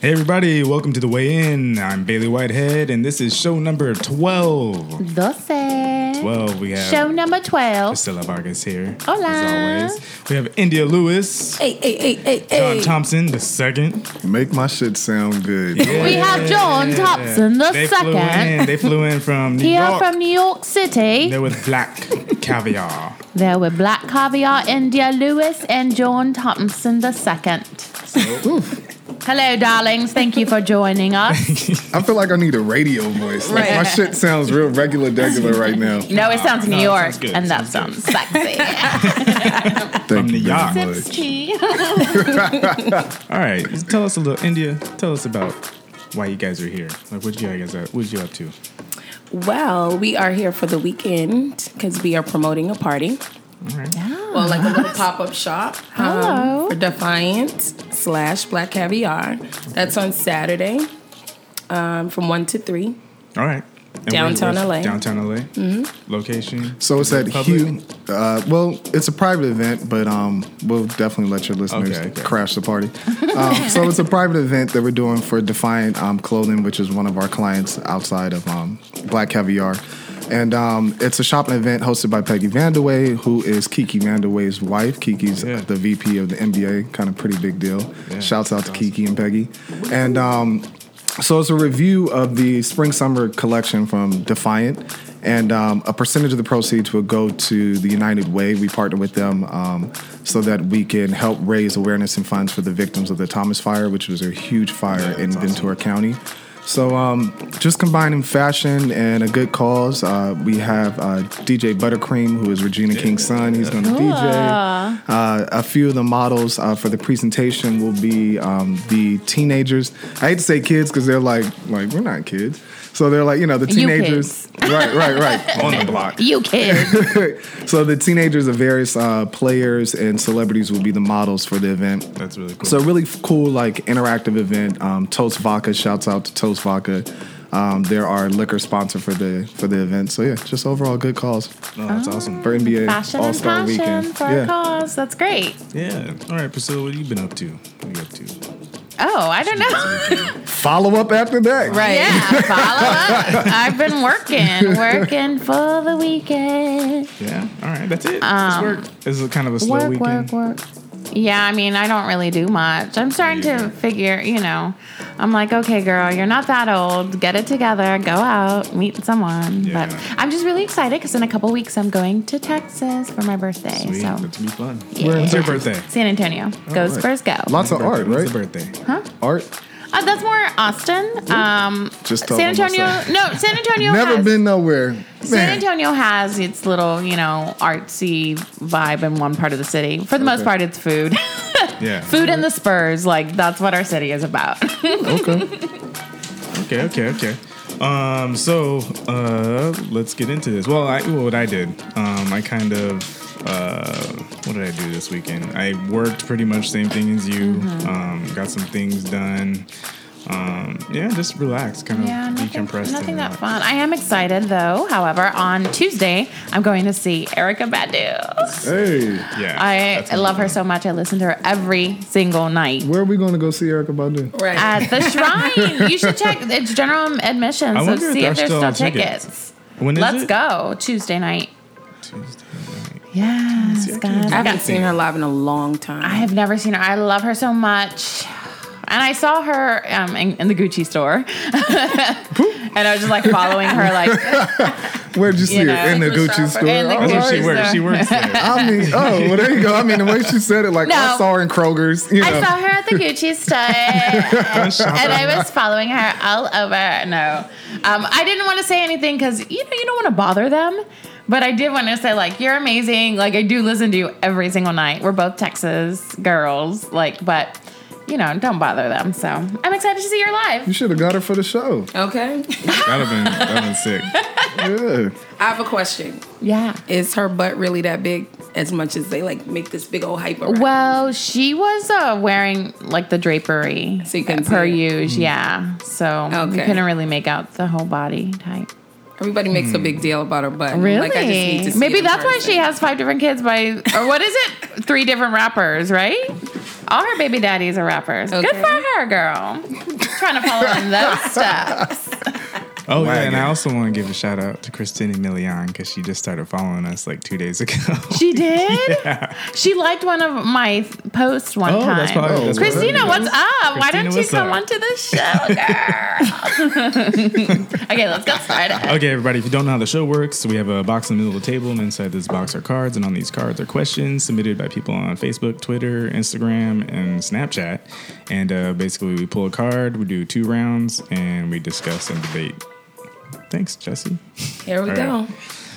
Hey everybody, welcome to the Way In. I'm Bailey Whitehead, and this is show number twelve. The set. Twelve. We have Show number 12. Priscilla Vargas here. Hola. As always, we have India Lewis, Hey, hey, hey, hey, John Thompson the second. Make my shit sound good. We have John Thompson the They flew second. in. They flew in from New Here York. from New York City. They're with black caviar. There were Black Caviar, India Lewis, and John Thompson the second. Hello, darlings. Thank you for joining us. I feel like I need a radio voice. Like my Right. shit sounds real regular degular right now. You know, it sounds no, New it York, sounds good. and that Sounds sounds sexy. Thank New you York. very Sips much. tea. All right, just tell us a little India. Tell us about why you guys are here. Like, what you guys up? What you up to? Well, we are here for the weekend because we are promoting a party. Well, like a little pop up shop um, Hello. for Defiant slash Black Caviar. That's on Saturday um, from 1 to 3. All right. And where- Downtown where's- LA. Downtown LA. Mm-hmm. Location. So it's at Public? Hugh. Uh, well, it's a private event, but um, we'll definitely let your listeners Okay, okay. crash the party. Um, so it's a private event that we're doing for Defiant um, Clothing, which is one of our clients outside of um, Black Caviar. And um, it's a shopping event hosted by Peggy Vandaway, who is Kiki Vandaway's wife. Kiki's Oh, Yeah. the VP of the NBA, kind of pretty big deal. Yeah, Shouts out to Kiki and Peggy. And um, so it's a review of the spring summer collection from Defiant, and um, a percentage of the proceeds will go to the United Way. We partner with them um, so that we can help raise awareness and funds for the victims of the Thomas Fire, which was a huge fire in Ventura County. So, um, just combining fashion and a good cause, uh, we have uh, DJ Buttercream, who is Regina King's son. He's going to DJ. Uh, a few of the models uh, for the presentation will be um, the teenagers. I hate to say kids because they're like, like we're not kids. So they're like, you know, the You teenagers, right, right, right, on the block. You kids. So the teenagers of various uh, players and celebrities will be the models for the event. That's really cool. So really f- cool, like interactive event. Um, Toast Vodka, shouts out to Toast Vodka. Um, they're our liquor sponsor for the for the event. So yeah, just overall good calls for oh, that's awesome. NBA Fashion All and Star Ah, passion Weekend. for a Yeah. cause. That's great. Yeah. All right, Priscilla, what have you been up to? What you up to? Oh, I don't know. Follow up after that. Right. Yeah, follow up. I've been working, working for the weekend. Yeah. All right, that's it. Just work. This is kind of a slow Um, work, weekend. work, work. Yeah, I mean, I don't really do much. I'm starting to figure, you know, I'm like, okay, girl, you're not that old. Get it together. Go out, meet someone. But Yeah. I'm just really excited because in a couple weeks I'm going to Texas for my birthday. Sweet. So That's gonna be fun. Yeah. When's your birthday? San Antonio goes right. Spurs go. Lots of art, Birthday. When's right? the birthday? Art. Uh, that's more Austin. Um, Just told San them Antonio. myself. No, San Antonio. Never has- been nowhere. San Man. Antonio has its little, you know, artsy vibe in one part of the city. For the most Okay. part, it's food. Yeah. food and the Spurs. Like, that's what our city is about. Okay. Okay, okay, okay. Um, so uh, let's get into this. Well, I well, what I did, um, I kind of uh, what did I do this weekend? I worked pretty much same thing as you. Mm-hmm. Um, got some things done. Um, yeah, just relax, kind of yeah, nothing, decompress. and nothing relax. that fun. I am excited, though. However, on Tuesday, I'm going to see Erica Badu. hey, Yeah, I, that's I love gonna her be so much. I listen to her every single night. where are we going to go see Erica Badu? Right. At the shrine. you should check. It's general admission. I So wonder if see they're if there's still still on tickets. tickets. fun. When is Let's it? go. Tuesday night. Tuesday night. Yes, I can't guys. I I, haven't seen her live in a long time. I have never seen her. I love her so much. And I saw her um, in, in the Gucci store. and I was just like following her, like, Where'd you see You know, her in the Secret Gucci shopper. store? In the Oh, That's where she Glorious, works. uh, She works there. I mean, oh, well, there you go. I mean, the way she said it, like I No. saw her in Kroger's. You know, I saw her at the Gucci store. and I was following her all over. No, um, I didn't want to say anything because you know you don't want to bother them. But I did want to say like you're amazing. Like I do listen to you every single night. We're both Texas girls. Like, but you know, don't bother them. So I'm excited to see your you live. should have got her for the show. okay. That'd have been that'd have been sick. Yeah. I have a question. Yeah. Is her butt really that big as much as they like make this big old hype around? Well, she was uh, wearing like the drapery So you couldn't per see use, Mm. yeah. So you Okay. couldn't really make out the whole body type. Everybody makes a big deal about her butt. Hmm. Really? Like I just need to see Maybe it in that's why person. she has five different kids by, or what is it? Three different rappers, right? All her baby daddies are rappers. Good Okay. for her, girl. Trying to follow in those steps. Oh yeah, and I Wagon. also want to give a shout out to Christina Milian because she just started following us like two days ago. She did. She liked one of my th- posts one Oh, time. that's probably- that's probably- Christina, what's up? Why Christina, don't you what's come up? onto the show, girl? okay, let's get started. Okay, everybody, if you don't know how the show works, we have a box in the middle of the table, and inside this box are cards, and on these cards are questions submitted by people on Facebook, Twitter, Instagram, and Snapchat. And uh, basically, we pull a card, we do two rounds, and we discuss and debate. Thanks, Jesse. Here we All go. right.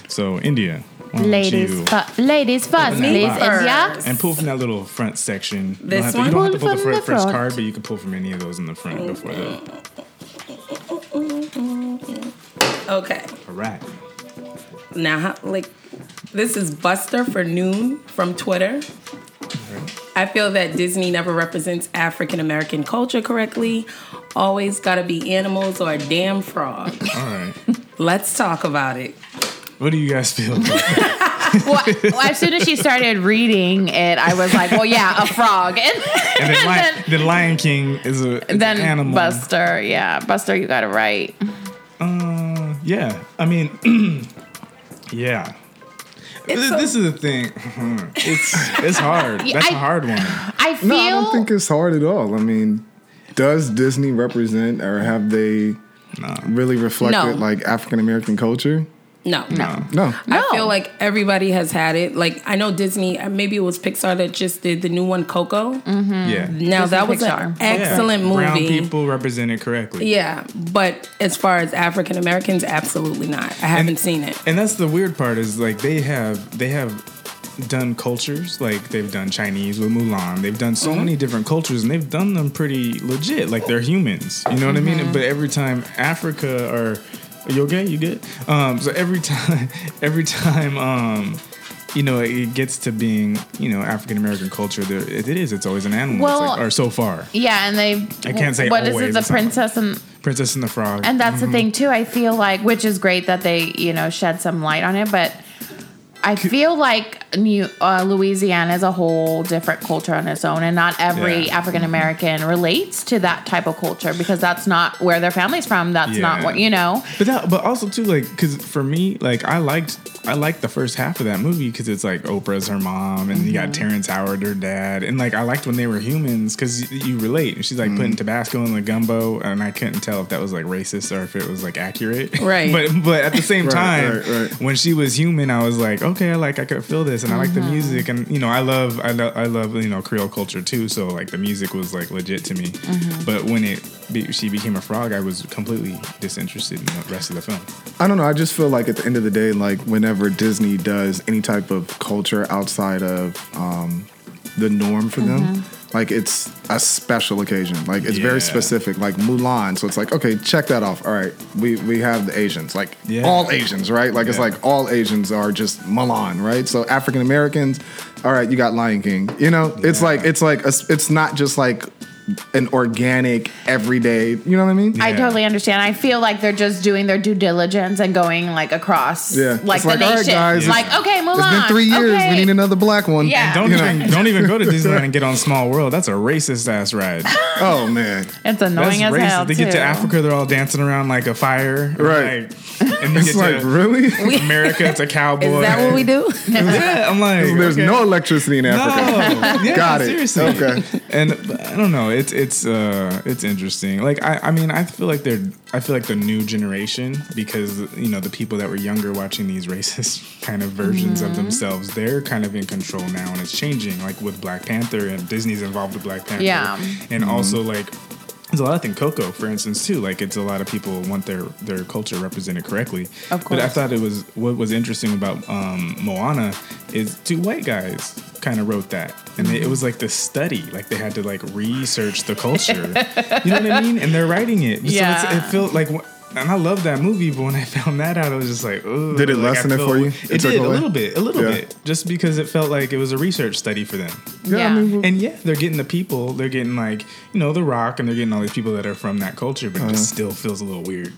So, India. why don't Ladies, you- fu- ladies first, that please. box. India. And pull from that little front section. You This don't have to, one? You don't have to Pull pull the from front, the first front. card, but you can pull from any of those in the front before the. Okay. All right. Now, how- like, this is Buster for Noon from Twitter. Mm-hmm. I feel that Disney never represents African American culture correctly. Always gotta be animals or a damn frog. All right. Let's talk about it. What do you guys feel? about that? Well, well, as soon as she started reading it, I was like, well, yeah, a frog. And, And then, then- Lion, the Lion King is a is then an animal. Buster. Yeah, Buster, you got it right. Uh, yeah, I mean, yeah. Th- a- this is the thing. It's it's hard. That's a I- hard one. I feel. No, I don't think it's hard at all. I mean, does Disney represent or have they really reflected No. like African American culture? No. No. No. I No. feel like everybody has had it. Like I know Disney, uh, maybe it was Pixar that just did the new one, Coco. Hmm. Yeah. Now that was Pixar. an excellent Yeah. Brown movie. people represented correctly. Yeah, but as far as African Americans, absolutely not. I haven't seen it. And that's the weird part is like they have they have done cultures like they've done Chinese with Mulan. They've done so many different cultures and they've done them pretty legit. Like they're humans. You know what I mean? But every time Africa or are you okay? You good? Um, so every time every time um you know, it gets to being, you know, African American culture. There, it, it is. It's always an animal. It's like- Well- or so far, Yeah, and they. I can't say What is always, it? The it's not like- princess and Princess and the Frog. and that's Mm-hmm. the thing too. I feel like, which is great that they you know shed some light on it, but I feel like New uh, Louisiana is a whole different culture on its own, and not every Yeah. African American relates to that type of culture because that's not where their family's from. That's not Yeah. what you know. But that, but also too, like, because for me, like, I liked, I liked the first half of that movie because it's like Oprah's her mom, and you got Terrence Howard, her dad, and like I liked when they were humans because you relate. And she's like putting Tabasco in the gumbo, and I couldn't tell if that was like racist or if it was like accurate. Right. but but at the same Right, time, right, right. when she was human, I was like, okay, I like I could feel this, and I like Mm-hmm. the music, and you know, I love, I love, I love, you know, Creole culture too. So like the music was like legit to me. Mm-hmm. But when it be, she became a frog, I was completely disinterested in the rest of the film. I don't know. I just feel like at the end of the day, like whenever Disney does any type of culture outside of um, the norm for them, like it's a special occasion. Like it's very Yeah. specific. Like Mulan, so it's like okay, check that off. All right, we we have the Asians, like Yeah. all Asians, right? Like it's Yeah. like all Asians are just Mulan, right? So African Americans, all right, you got Lion King. You know, it's Yeah. like it's like a, s- it's not just like an organic everyday. You know what I mean? I Yeah. totally understand. I feel like they're just doing their due diligence and going like across, Yeah. like It's the like, all right, nation. guys, like, okay, Mulan. It's been three years. Okay. We need another black one. Yeah. Don't You know. even don't even go to Disneyland and get on Small World. That's a racist ass ride. Oh man. It's That's annoying as racist. hell. they get too. to Africa, they're all dancing around like a fire, Right. Like, and you It's get like to really? America, it's a cowboy. Is that what we do? Yeah, I'm like, There's okay. no electricity in Africa. No. Yeah, Got it. Seriously. Okay. And but I don't know. It's it's uh it's interesting. Like I I mean I feel like they're I feel like the new generation because you know the people that were younger watching these racist kind of versions of themselves they're kind of in control now and it's changing. Like with Black Panther and Disney's involved with Black Panther. Yeah. And Mm-hmm. also like. There's a lot of things, Coco, for instance, too. Like, it's a lot of people want their their culture represented correctly. Of But I course. thought it was what was interesting about um, Moana is two white guys kind of wrote that, and Mm-hmm. they, it was like the study, like they had to like research the culture. you know what I mean? And they're writing it. So it's- Yeah. it felt like. wh- And I love that movie, but when I found that out, I was just like, "Ooh." Did like, it I lessen it feel- for you? It, It took did a away? little bit, a little Yeah. bit, just because it felt like it was a research study for them. Yeah. And yeah, they're getting the people, they're getting like you know the Rock, Uh-huh. and they're getting all these people that are from that culture, but it just still feels a little weird.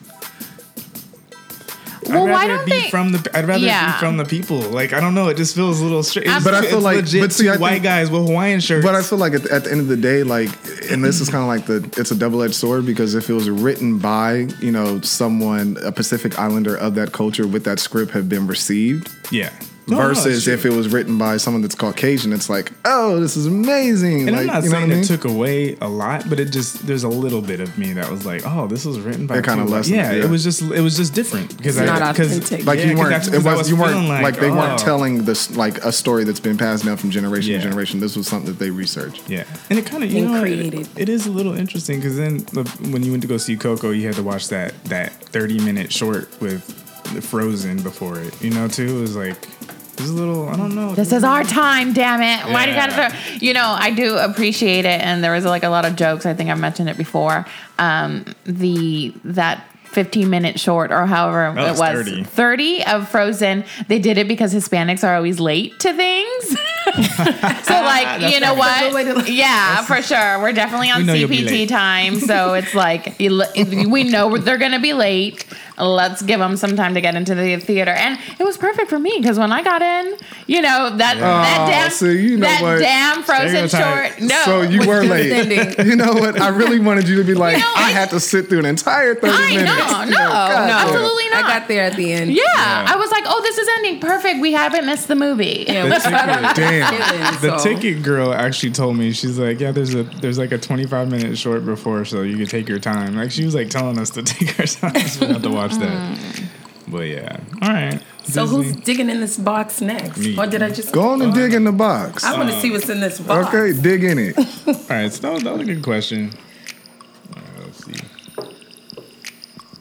Well, I'd why rather don't it be they- from the. I'd rather it Yeah. be from the people. Like I don't know. It just feels a little strange. But I feel like- legit but see, two I think- white guys with Hawaiian shirts. But I feel like at, at the end of the day, like, and this is kind of like the it's a double edged sword because if it was written by you know someone a Pacific Islander of that culture, would that script have been received? yeah. No, no, it's versus true. if it was written by someone that's Caucasian, it's like, oh, this is amazing. And like, I'm not you know saying what I mean? it took away a lot, but it just there's a little bit of me that was like, oh, this was written by It kinda two- lessened, Yeah, yeah. it was just it was just different because I not because authentic. like yeah, you 'cause that's weren't, it because I was, you weren't feeling like, they weren't oh. telling this like a story that's been passed down from generation Yeah. to generation. This was something that they researched. Yeah, and it kind of you And know it- created. it is a little interesting because then the, when you went to go see Coco, you had to watch that that thirty minute short with Frozen before it. You know, too it was like it was a little I don't know. This is our time, damn it. Why do you Oh, Yeah. gotta throw? You know, I do appreciate it. And there was like a lot of jokes. I think I mentioned it before. Um, the, that 15 minute short or however That it was was 30. 30 of Frozen. They did it because Hispanics are always late to things. so like, you know That's a good way to what? look- Yeah, for sure. We're definitely on We know you'll be CPT late. time. So it's like, you l- we know they're going to be late. Let's give them some time to get into the theater. And it was perfect for me because when I got in, you know, that, that Oh, damn, so you know that what? damn frozen Stereotype. short. No. So you were late. ending. you know what? I really wanted you to be like, know, I I- had to sit through an entire 30 I know, minutes. no, no, You know, God damn. absolutely I not. got there at the end. yeah, Yeah. I was like, oh, this is ending perfect. We haven't missed the movie. The Yeah, we got ticket- our damn. feelings, The so. ticket girl actually told me she's like, yeah, there's a there's like a 25 minute short before, so you can take your time. Like she was like telling us to take our time, so we have to watch that. But yeah, all right. Mm. So who's Disney. digging in this box next? Me. Or did I just? Go on and dig in the box. I want to see what's in this box. Okay, dig in it. All right, so that was, that was a good question. All right, let's see.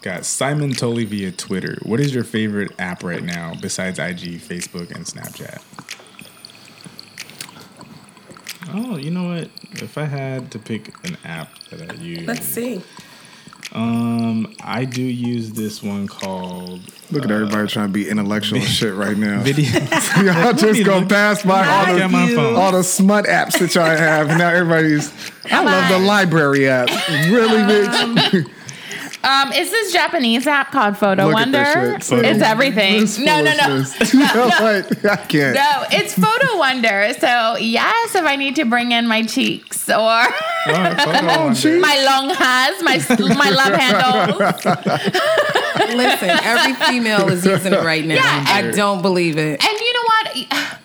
Got Simon Tolley via Twitter. What is your favorite app right now besides IG, Facebook, and Snapchat? Oh, you know what? If I had to pick an app that I use, Let's see. Um, I do use this one called Look at everybody trying to be intellectual and shit right now. Video. Y'all just gonna pass by all Look the at my you. phone. Oh, all the smut apps that y'all have. Now everybody's. I love the library app. Really, bitch. Um, it's this Japanese app called Photo Look Wonder. at this shit. It's everything. This No, no, no. foolishness. Like, I can't. No, it's Photo Wonder. So, yes, if I need to bring in my cheeks or Oh, photo wonder. Chief. my long hairs, my, my love handles. Listen, every female is using it right now. Yeah, I don't believe it. And you know what?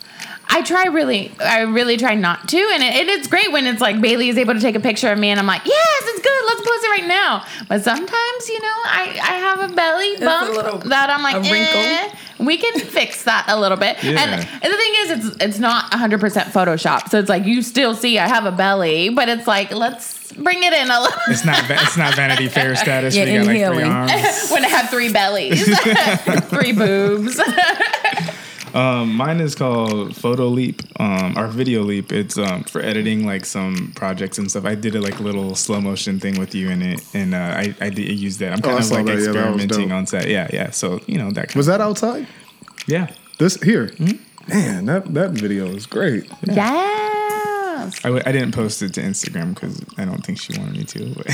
I try really, I really try not to. And it, it's great when it's like Bailey is able to take a picture of me and I'm like, yes, it's good. Let's post it right now. But sometimes, you know, I, I have a belly a bump little- that I'm a like, wrinkle. eh, we can fix that a little bit. Yeah. And, and the thing is, it's it's not 100% Photoshop. So it's like, you still see I have a belly, but it's like, let's bring it in a little It's not. va- It's not Vanity Fair status. Yeah, where you got like three inhaling. arms. when I have three bellies, three boobs. Mine is called Photo Leap um, or Video Leap. It's um, for editing like some projects and stuff. I did a like little slow motion thing with you in it, and uh, I I did use that. I'm kind Oh, I of saw like that. Yeah, that was experimenting dope. on set. Yeah, yeah. So you know that kind Was of, that outside? yeah. This here. Hmm? Man, that that video is great. yes. I, w- I didn't post it to Instagram because I don't think she wanted me to. but-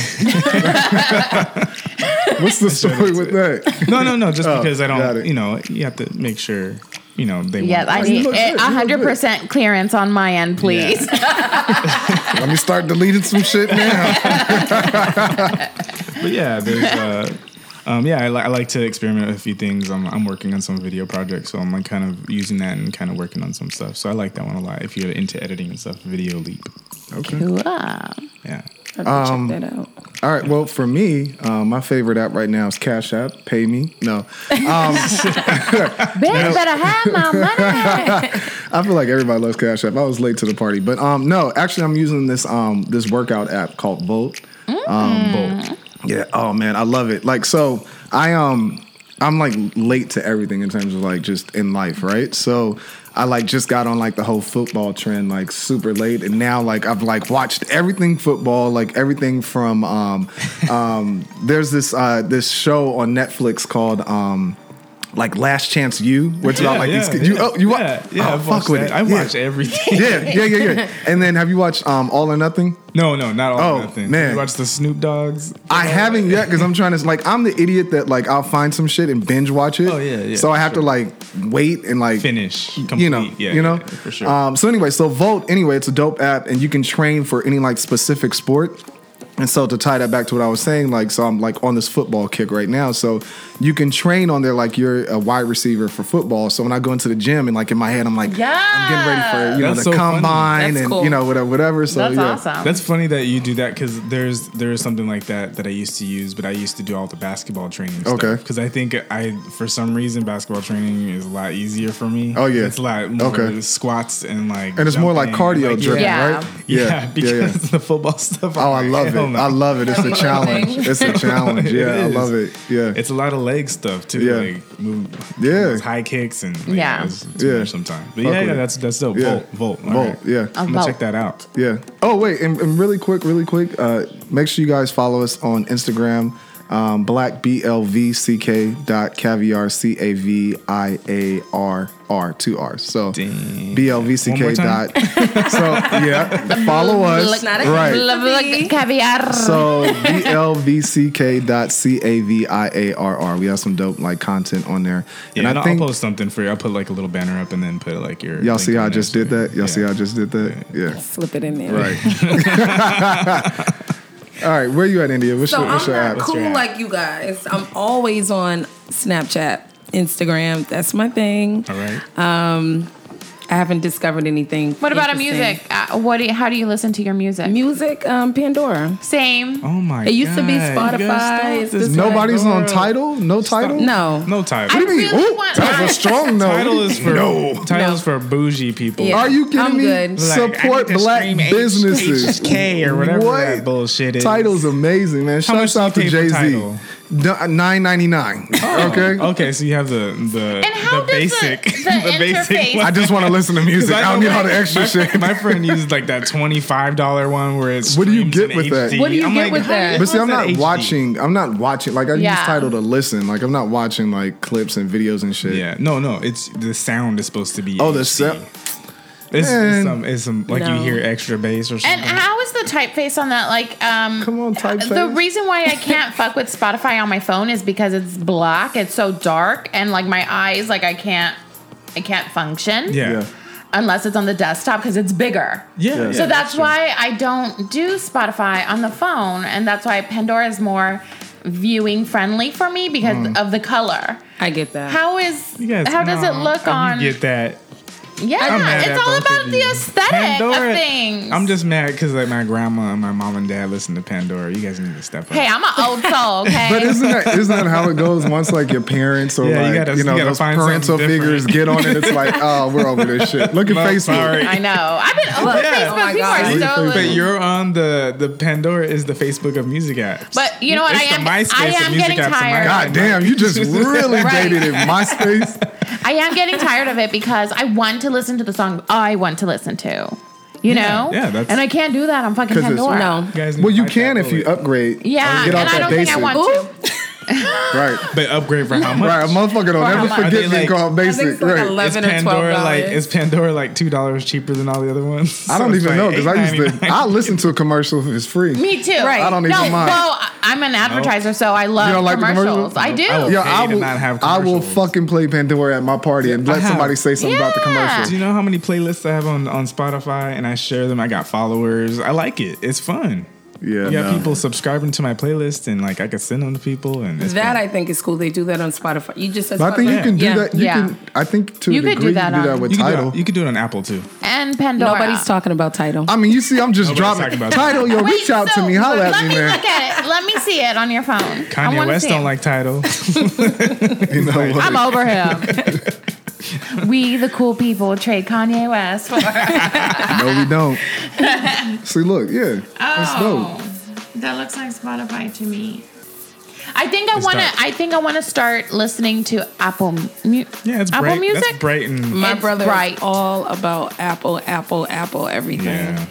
What's the story with that? no, no, no. Just Oh, because I got it. don't, you know, you have to make sure, you know, they. Yes, I want you need look a good. You look hundred percent clearance on my end, please. Let me start deleting some shit now. But yeah, there's. Uh, um, yeah, I, li- I like to experiment with a few things. I'm, I'm working on some video projects, so I'm like kind of using that and kind of working on some stuff. So I like that one a lot. If you're into editing and stuff, Video Leap. Okay. Wow. Yeah. I have Um, to check that out. All right. Well, for me, uh, my favorite app right now is Cash App. Pay me. No. Bitch, better have my money. I feel like everybody loves Cash App. I was late to the party, but um, no, actually, I'm using this um this workout app called Volt. Mm. Um, Mm. Volt. Yeah. Oh man, I love it. Like so, I um, I'm like late to everything in terms of like just in life, right? So. I like just got on like the whole football trend like super late and now like I've like watched everything football like everything from um um there's this uh this show on Netflix called um like Last Chance You, where it's about like these kids. You, oh, you wa- yeah, yeah, oh, I've fuck watched with that. it. I Yeah. watch everything. Yeah, yeah, yeah, yeah. And then have you watched um, All or Nothing? No, no, not all Oh, or nothing. man. You watch the Snoop Dogs. I haven't yet because I'm trying to like I'm the idiot that like I'll find some shit and binge watch it. Oh, yeah, yeah, So I have sure. to like wait and like Finish. Complete. You know, yeah, you know. yeah, for sure. Um, so anyway, so Volt. Anyway, it's a dope app, and you can train for any like specific sport. And so to tie that back to what I was saying, like so I'm like on this football kick right now. So you can train on there like you're a wide receiver for football. So when I go into the gym and like in my head I'm like, Yeah. I'm getting ready for you know That's the so funny. combine That's and cool. you know whatever whatever. So That's yeah. awesome. That's funny that you do that because there's there is something like that that I used to use, but I used to do all the basketball training. Okay. Because I think I for some reason basketball training is a lot easier for me. Oh, yeah. It's a lot more Okay. squats and like And it's more like jumping, cardio like, driven, Yeah. Yeah. right? Yeah, because the football stuff. Oh, I I'm like, love it. hell no. I love it. It's a challenge. It's a challenge. It Yeah, I is. love it. Yeah. It's a lot of leg stuff too. Yeah. Like move, Yeah. those high kicks and like, Yeah. it's too Yeah. much sometimes. But Fuck yeah, with yeah, it. that's that's dope. Yeah. Volt, volt, All Volt, right. yeah. I'm gonna About- check that out. yeah. Oh, wait. And, and really quick, really quick, uh, make sure you guys follow us on Instagram, um, black, B-L-V-C-K dot caviar, C-A-V-I-A-R-R, two R's. So, Damn. B-L-V-C-K One more time? dot. so, yeah, follow us. Look, not a- Right. Love like caviar. So B L V C K dot C A V I A R R. We have some dope like content on there. Yeah, and I will post something for you. I'll put like a little banner up and then put like your. Y'all link see how on I there just so- did that? Y'all yeah. see how I just did that? Yeah. Slip it in there. Right. All right. Where you at, India? What's So your, what's I'm your not app? What's your cool app? like you guys. I'm always on Snapchat, Instagram. That's my thing. Um, All right. Uh, I haven't discovered anything. What about a interesting. music? Uh, what do you, how do you listen to your music? Music, um, Pandora. Same. oh my. It used to be God, you guys, Spotify. stop It's this. just- Nobody's on Pandora. title. No title. No. No title. What do you mean? I really Ooh, want- that was a strong no. title is for no. title No. is for bougie people. Yeah. Are you kidding I'm me? good. Like, Like, I Support need to black scream H- businesses. HK or whatever What? that bullshit is. Title's amazing, man. How much Shouts do you pay for out to Jay Z. title? Oh. Nine ninety nine. Okay. Okay, so you have the the, And how the does basic the, the, interface? one. I just want to listen to music. I, I don't know need all the extra my, shit. My friend used like that twenty five dollar one where it's What do you get with that? What do you I'm get like, with how that? the But see, hell I'm is not that HD? watching. I'm not watching. Like I use Yeah. title to listen. Like I'm not watching like clips and videos and shit. Yeah, no, no. It's the sound is supposed to be. Oh, the HD. sound- It's, Man. it's some, it's some like you No. hear extra bass or And something. how is the typeface on that? Like, um, Come on, typeface. The reason why I can't fuck with Spotify on my phone is because it's black. It's so dark, and like my eyes, like I can't, I can't yeah. function. Yeah. yeah, Unless it's on the desktop because it's bigger. yeah. So that's why I don't do Spotify on the phone, and that's why Pandora is more viewing friendly for me because Hmm. of the color. I get that. How is You guys, how does it nah, look you on? Get that? I'm Yeah, mad it's at all both of about the you. aesthetic Pandora- of things. I'm just mad because like my grandma and my mom and dad listen to Pandora. You guys need to step up. hey, I'm an old soul. Okay, But isn't that isn't that how it goes? Once like your parents or Yeah, you like you, gotta- know you gotta those find parental something figures get on it, it's like oh we're over this shit. Look at Well, Facebook. sorry. I know. I've been over Yeah. Facebook. Oh my People God. are so. But But you're on the the Pandora is the Facebook of music apps. But you know what? It's I the am- MySpace I of am music getting apps on my iPhone. tired. God damn, you just really Right. dated in MySpace. I am getting tired of it because I want to listen to the song I want to listen to. You know. yeah, that's- And I can't do that on fucking 'Cause it's- Pandora. no. You guys need Well, to you bite can that if you bullet. upgrade. Yeah, get off and I that don't basic. think I want Ooh. to. Right, But upgrade for how much? right. A motherfucker don't Or ever like- Are forget they being like- called I think basic. it's like Right. Is eleven or twelve Pandora like is dollars. Pandora like two dollars cheaper than all the other ones? I don't So it's even know like because I used to. $8.99. I listen to a commercial if it's free. Me too. Right. I don't no, even mind. Well, I- I'm an advertiser, so I love don't like the commercials. commercials? I do. I will. Yo, pay I to will. not have I will commercials. fucking play Pandora at my party and I let have. somebody say something about the Yeah. commercial. Do you know how many playlists I have on, on Spotify and I share them? I got followers. I like it. It's fun. Yeah, You got no. people subscribing to my playlist and like I can send them to people and it's That fun. I think is cool. They do that on Spotify. You just said But I think you Spotify. can do Yeah. that. You Yeah. can. I think to You a could do degree you that can do that on- with you could, do title. it, you could do it on Apple too. and Pandora. Nobody's talking about title. I mean, you see, I'm just Nobody's dropping talking about title. Yo, Wait, reach out so to me. Holla let at me, man. look at it. Let me see it on your phone. I Kanye wanna West see it. don't like title. You know what? I'm over him. we the cool people trade Kanye West for No, we don't. See, look, yeah, that's dope. Oh, That looks like Spotify to me. I think I It's want to. dark. I think I want to start listening to Apple. Mu- Yeah, it's Apple bright. Music. That's bright and My It's brother bright. is all about Apple, Apple, Apple, everything. Yeah.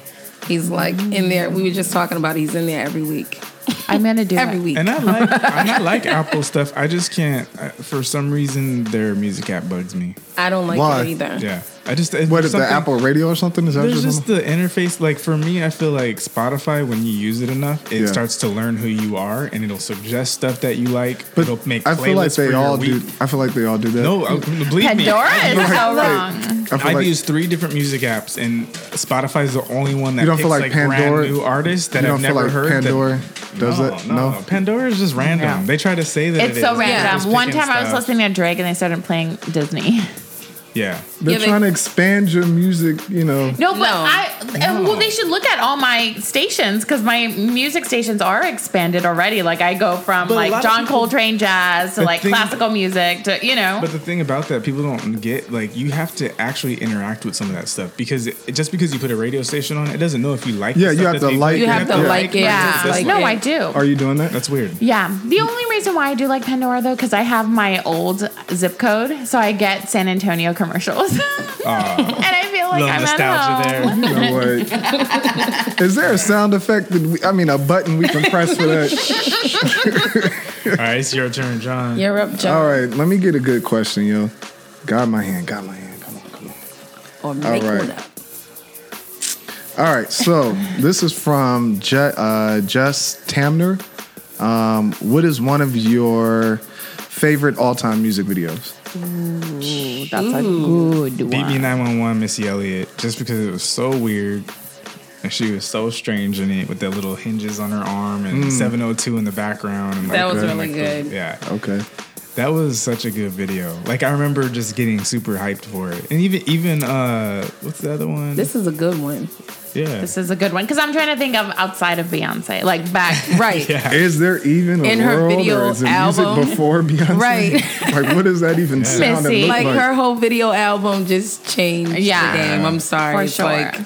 He's like in there. We were just talking about. it. He's in there every week. I'm gonna do every it. week. And I like and I like Apple stuff. I just can't. I, for some reason, their music app bugs me. I don't like Why? it either. Yeah, I just it's What is the something- Apple Radio or something? Is that There's just just, the interface. Like for me, I feel like Spotify. When you use it enough, it Yeah. starts to learn who you are, and it'll suggest stuff that you like. But it'll make. I feel like playlists for they your all do. week. I feel like they all do that. No, I- believe me. Pandora I- is so Right. wrong. I feel I've like used three different music apps, and Spotify is the only one that You don't picks feel like like, Pandora- brand new artists that you I've don't feel never like heard. that- Pandora does no, that. No, No, Pandora is just random. No. They try to say that It's so random. One time I was listening. listening to Drake and they started playing Disney. Yeah, they're Yeah, they- trying to expand your music. You know, No, but No. I and, well, they should look at all my stations because my music stations are expanded already. Like I go from But a lot like of John people- Coltrane jazz to The like thing- classical music to you know. But the thing about that, people don't get like you have to actually interact with some of that stuff because it, just because you put a radio station on, it doesn't know if you like. the Yeah, you stuff have that to they- like You have to Yeah. like it. yeah, It's like- no, I do. are you doing that? That's weird. Yeah. The only reason why I do like Pandora though, because I have my old zip code, so I get San Antonio commercials, and I feel Ah. like Little I'm at nostalgia home. there. You know what? Is there a sound effect that we? I mean, a button we can press for that? All right, it's your turn, John. You're up, John. All right, let me get a good question, yo. Got my hand. Got my hand. Come on, come on. Or make right. one up. All right, so this is from Je- uh, Jess Tamner. Um, what is one of your favorite all-time music videos? That's a good BB one. nine one one Missy Elliott, just because it was so weird. And she was so strange in it with the little hinges on her arm and 702 in the background. And That like, was the- really like, the- good. yeah. Okay, That was such a good video. Like I remember just getting super hyped for it. And even even uh what's the other one? This is a good one. yeah. This is a good one because I'm trying to think of outside of Beyonce, like back Right. is there even a In her world video or is it album? music before Beyonce? Right. like, what does that even sound and Missy. look Like like? her whole video album just changed Yeah. the game. I'm sorry. for It's sure. like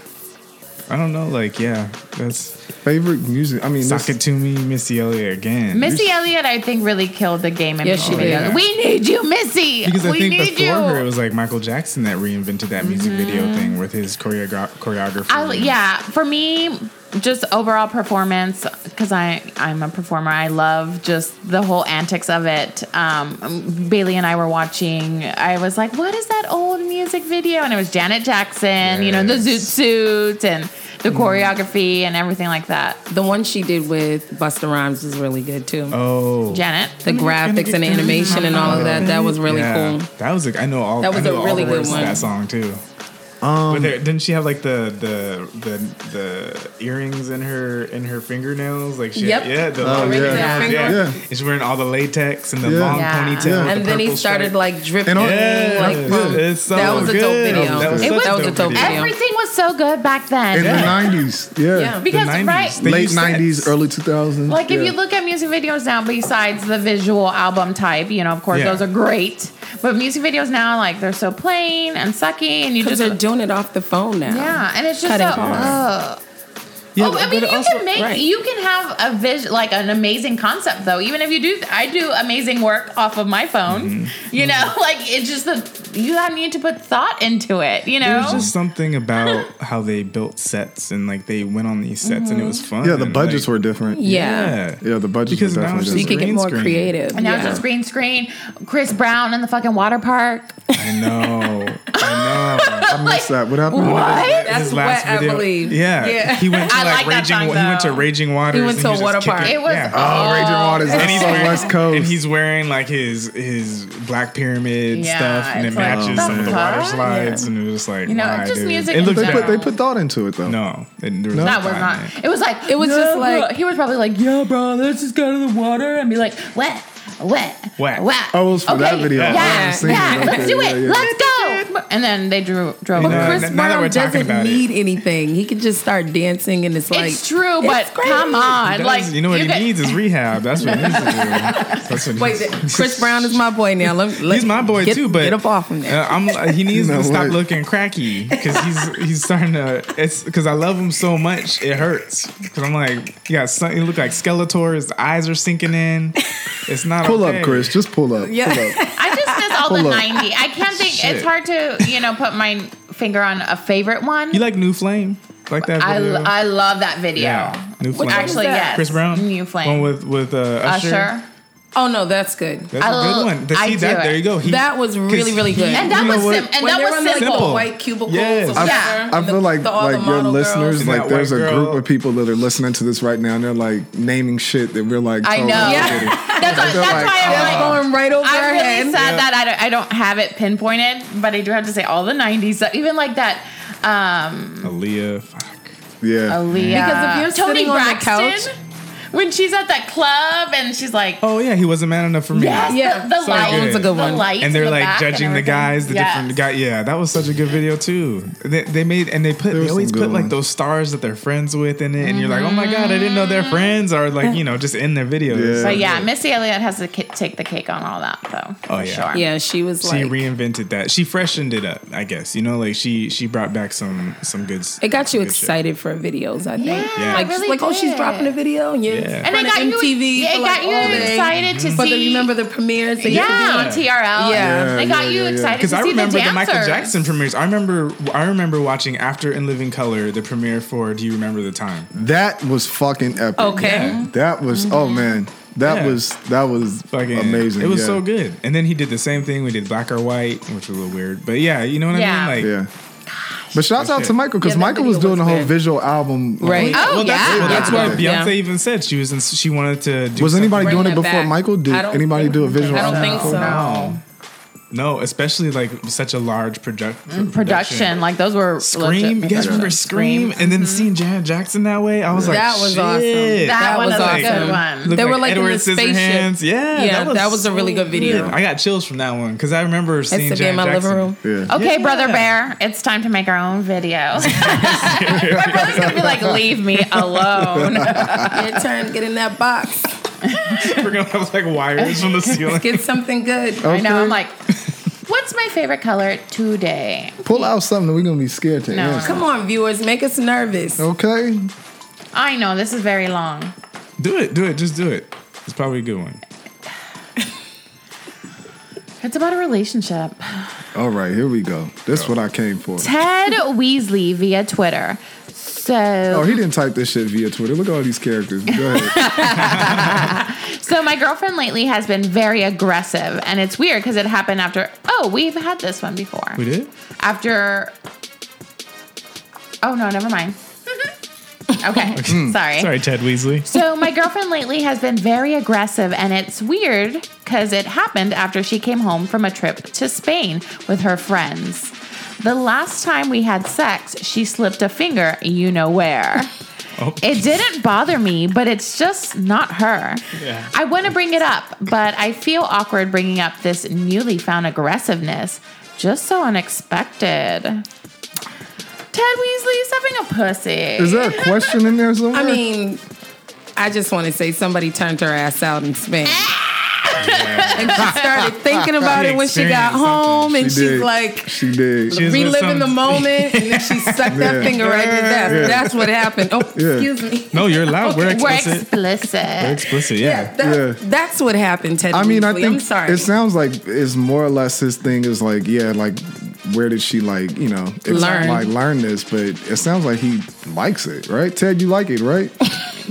I don't know, like yeah, that's favorite music. I mean, Sock this, it to me, Missy Elliott again. Missy Elliott, I think, really killed the game. In Yes, she Beyonce. did. We need you, Missy. because I we think need before you. her it was like Michael Jackson that reinvented that music Mm-hmm. video thing with his choreogra- choreography. I, yeah, for me, just overall performance because I I'm a performer. I love just the whole antics of it. Um, Bailey and I were watching. I was like, "What is that old music video?" And it was Janet Jackson. You know, the zoot Yes. Mm-hmm. suit and the choreography and everything like that. the one she did with Busta Rhymes was really good too. Oh. Janet. The graphics and the animation and all of that. That was really Yeah. cool. That was a, I know all. That was I know a all really the good words to one. That song too. Um, but there, didn't she have like the the the the earrings in her in her fingernails? Like she, Yep. yeah, the Oh, long yeah. fingernails, Yeah. yeah. Yeah. And she's wearing all the latex and the Yeah. long Yeah. ponytail. Yeah. with And the then he purple started stripe. like dripping. And all- Yeah, like from, it's so that was a dope good. video. That was it such a was, dope a dope video. video. Everything was so good back then. in Yeah. the '90s, yeah, Yeah. The because 90s, right, they late used sets. '90s, early 2000s. Like if yeah. you look at music videos now, besides the visual album type, you know, of course Yeah. those are great. But music videos now, like they're so plain and sucky, and you Because just they're doing it off the phone now. yeah, and it's just so. Cutting corners. ugh. Yeah, oh, I mean, but you also- can make right. you can have a vision, like an amazing concept, though. Even if you do, I do amazing work off of my phone. You know, like it's just the you have need to put thought into it. You know, There's just something about how they built sets and like they went on these sets and it was fun. Mm-hmm. yeah, the and, budgets like, were different. Yeah. Yeah, the budgets Because were now definitely it's So just you could get Green more screen. creative. and now it's yeah. just green screen. Chris Brown in the fucking water park. I know. I know. I missed that. What happened? What? That's his last wet, I video. believe. Yeah. Yeah. He went to I like, like that raging song, he went to though. raging waters. He went and to a was water just park. kicking- It was yeah. Oh, Raging Waters. And That's he's so wearing- West Coast. And he's wearing like his his black pyramid Yeah, stuff and it it's like, matches the some of the water fuck? slides and it was just like You know, why, just dude? music It and looked They put like they put thought into it though. no. It, there was That was time, not. It was like It was "Yeah, just like- bro." he was probably like, "Yeah, bro, let's just go to the water and be like, what, what, Whack. what." Oh, it was for that video. Yeah, I yeah, haven't seen it. Okay, let's do yeah, it. yeah. Let's go. And then they drew drove. You away. know, Chris n- now that we're Brown talking doesn't about it- need anything. He could just start dancing and it's like it's true, but great. come on, He does- like you know what he could- needs is rehab. That's what he needs to do. That's what he Wait, needs. Chris Brown is my boy now. Let, let, He's my boy get- too, but get up off him there. Uh, I'm, uh, he needs You know to stop what? looking cracky because he's he's starting to. It's because I love him so much it hurts. Because I'm like, yeah, son, he look like Skeletor. His eyes are sinking in. It's not Pull okay. up, Chris. Just pull up. Yeah. Pull up. I just miss all the Hold up. '90s. I can't think. Shit. It's hard to you know put my finger on a favorite one. You like New Flame? Like that? I, Video? I love that video. Yeah. New Flame. Actually, that? yes. Chris Brown. New Flame. One with with uh, Usher. Usher. Oh no, that's good. That's a I'll- good one. To I see do that, it. there you go. He- That was 'cause really, really he- good. And you that know was what? sim- and when that they're was on, like, simple. Simple. the white cubicles. Yes. or I- whatever, I and the- feel like the- all the like your model listeners, girls. And like that there's a white group girl. of people that are listening to this right now, and they're like naming shit that we're like. I totally know. outdated. Yeah. That's, why, that's They're like, why I'm like, going right over our I'm really head. sad that I don't, I don't have it pinpointed, but I do have to say all the 90s, stuff, even like that. Um, Aaliyah. Fuck. Yeah. Aaliyah. Because if you're Toni sitting on the Braxton, couch- when she's at that club and she's like, Oh yeah, he wasn't man enough for me. yes, Yeah. the, the So light, good. That one's a good one. the light, And in they're the like back and judging the everything. guys, the Yes. different guy. Yeah, that was such a good video too. They, they made and they put were they some always good put like ones. those stars that they're friends with in it, and you're like, oh my god, I didn't know they're friends, or like you know just in their videos. Yeah. But yeah, Missy Elliott has to ki- take the cake on all that, though. Oh, yeah. for sure. Yeah, she was She like. reinvented that. She freshened it up, I guess. You know, like she she brought back some some good. s- it got you good shit. excited for videos, I think. Yeah, like, it really like oh, she's did. dropping a video, yeah. Yeah. And it got MTV you, yeah, for it like got you all day. excited to But see. then remember the premieres? They used to yeah, on Yeah. TRL. Yeah. they Yeah, got yeah, you yeah, yeah. excited to Because see I remember the, Michael dancers. Jackson premieres. I remember I remember watching After in Living Color the premiere for Do You Remember the Time? That was fucking epic. Okay. Yeah. That was oh man. That Yeah. was that was Fucking amazing. It was yeah. so good. And then he did the same thing. We did Black or White, which was a little weird, but yeah, you know what Yeah. I mean. Like, Yeah. But shout out shit. to Michael because Yeah, that Michael was video doing was the whole good. visual album. um, like, Right. Oh, well, that's, yeah. well, that's Yeah. what Yeah. Beyonce even said. She was in, she wanted to. do Was anybody Bringing doing it it before back. Michael? Did I don't anybody think- do a visual I don't album? think Oh, so. Oh, No. No, especially like such a large project Mm, production. Like those were Scream, you Legit. guys remember Scream, and then seeing Janet Jackson that way, I was like, Mm-hmm. That was Shit. That, awesome. That one was was a good awesome. one. um, Looked They were, like, in Edward the spaceship. Scissorhands. Yeah, Yeah, that was a really good video. I got chills from that one because I remember It's seeing to be Janet in my Jackson. living room. Yeah. Okay, Yeah. brother bear, it's time to make our own video. My brother's gonna be like, "Leave me alone." Your turn, get in that box. We're gonna have like wires from the ceiling. Get something good. I know. I'm Okay. like, "What's my favorite color today?" Pull out something that we're gonna be scared to No. answer. Come on, viewers, make us nervous. Oh, Okay. I know this is very long. do it, do it, just do it. It's probably a good one. It's about a relationship. All right, here we go. That's what I came for. Ted Weasley via Twitter. So, Oh, he didn't type this shit via Twitter. Look at all these characters. Go ahead. So my girlfriend lately has been very aggressive, and it's weird because it happened after. Oh, we've had this one before. We did. After. Oh no, never mind. okay, Eh? sorry. Sorry, Ted Weasley. So my girlfriend lately has been very aggressive, and it's weird because it happened after she came home from a trip to Spain with her friends. The last time we had sex, she slipped a finger, you know where. Oh. It didn't bother me, but it's just not her. Yeah. I want to bring it up, but I feel awkward bringing up this newly found aggressiveness. Just so unexpected. Ted Weasley's having a pussy. Is there a question in there somewhere? I mean, I just want to say somebody turned her ass out in Spain. Ah! and she started thinking about She it when she got experienced home, She and did. she's like she did. She was with reliving the some- moment, and then she sucked Yeah. that finger right to death. That's what happened. Oh, Yeah. excuse me. No, you're allowed. We're We're explicit. We're explicit. explicit. Yeah. That- Yeah. That's what happened, Ted. I mean, I Weasley. think I'm sorry. it sounds like it's more or less his thing is like, yeah, like where did she like, you know, it's Learn. like learn this? But it sounds like he likes it, right? Ted, you like it, right?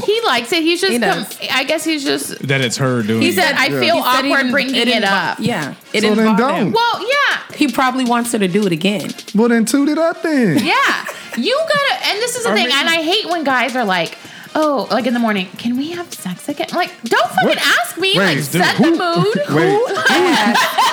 He likes it. He's just. He does. com- I guess he's just. That it's her doing. He it. said, "I feel He Yeah. said he awkward didn't- bringing it, didn't bo- up." Yeah, it So then didn't bother him. don't. Well, yeah, He probably wants her to do it again. Well, then toot it up then. yeah. You gotta. And this is the Or thing. maybe- And I hate when guys are like. Oh, like in the morning, can we have sex again? Like, don't fucking What? ask me. Wait, like, dude, set the who- mood. Wait,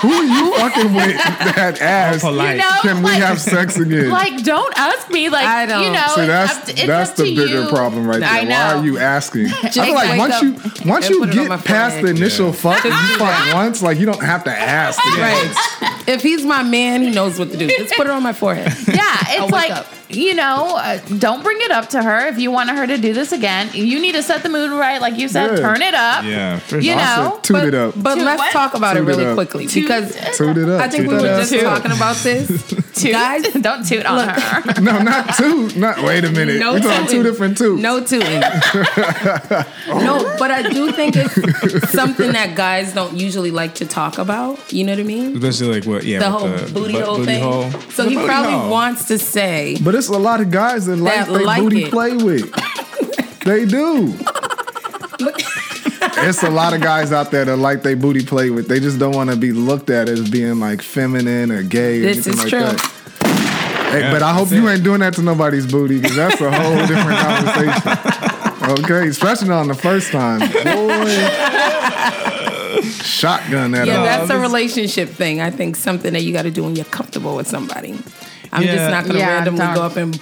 who are you fucking with that ass? polite. You know, Can we like, have sex again? Like, don't ask me. Like, I don't. you know, See, it's that's up to- it's that's up the to bigger you. problem right there. I Why know. are you asking? I feel Just like wake once up you once and you put it on my get past forehead. the initial Yeah. fuck, if you fuck once, like you don't have to ask. again. Right. if he's my man, he knows what to do. Just put it on my forehead. Yeah, I'll it's wake like up. you know, uh, don't bring it up to her if you want her to do this again. You need to set the mood right, like you said. Yeah. Turn it up. Yeah, for you sure. I said, know. toot but, it up. But Toot let's what? talk about Toot it it really up. quickly Toot because Toot it up. I think toot we were it up. just talking about this. toot. Guys, don't toot on her. No, Uh, not toot. Not wait a minute. no We're talking two tooting. different toots. No tooting. no, but I do think it's something that guys don't usually like to talk about. You know what I mean? especially like what? Yeah, The with whole the booty butt- hole booty thing. hole. So The he booty probably hole. wants to say But it's a lot of guys that, like That they like booty it. play with. They do. it's a lot of guys out there that like they booty played with. They just don't want to be looked at as being like feminine or gay or This anything is like true. that. Hey, Yeah, but I hope that's you it. ain't doing that to nobody's booty because that's a whole different conversation. Okay, especially on the first time. Boy. Shotgun that Yeah, up. that's a relationship thing. I think something that you got to do when you're comfortable with somebody. I'm Yeah. just not going to Yeah, randomly don't. Uh, go up and,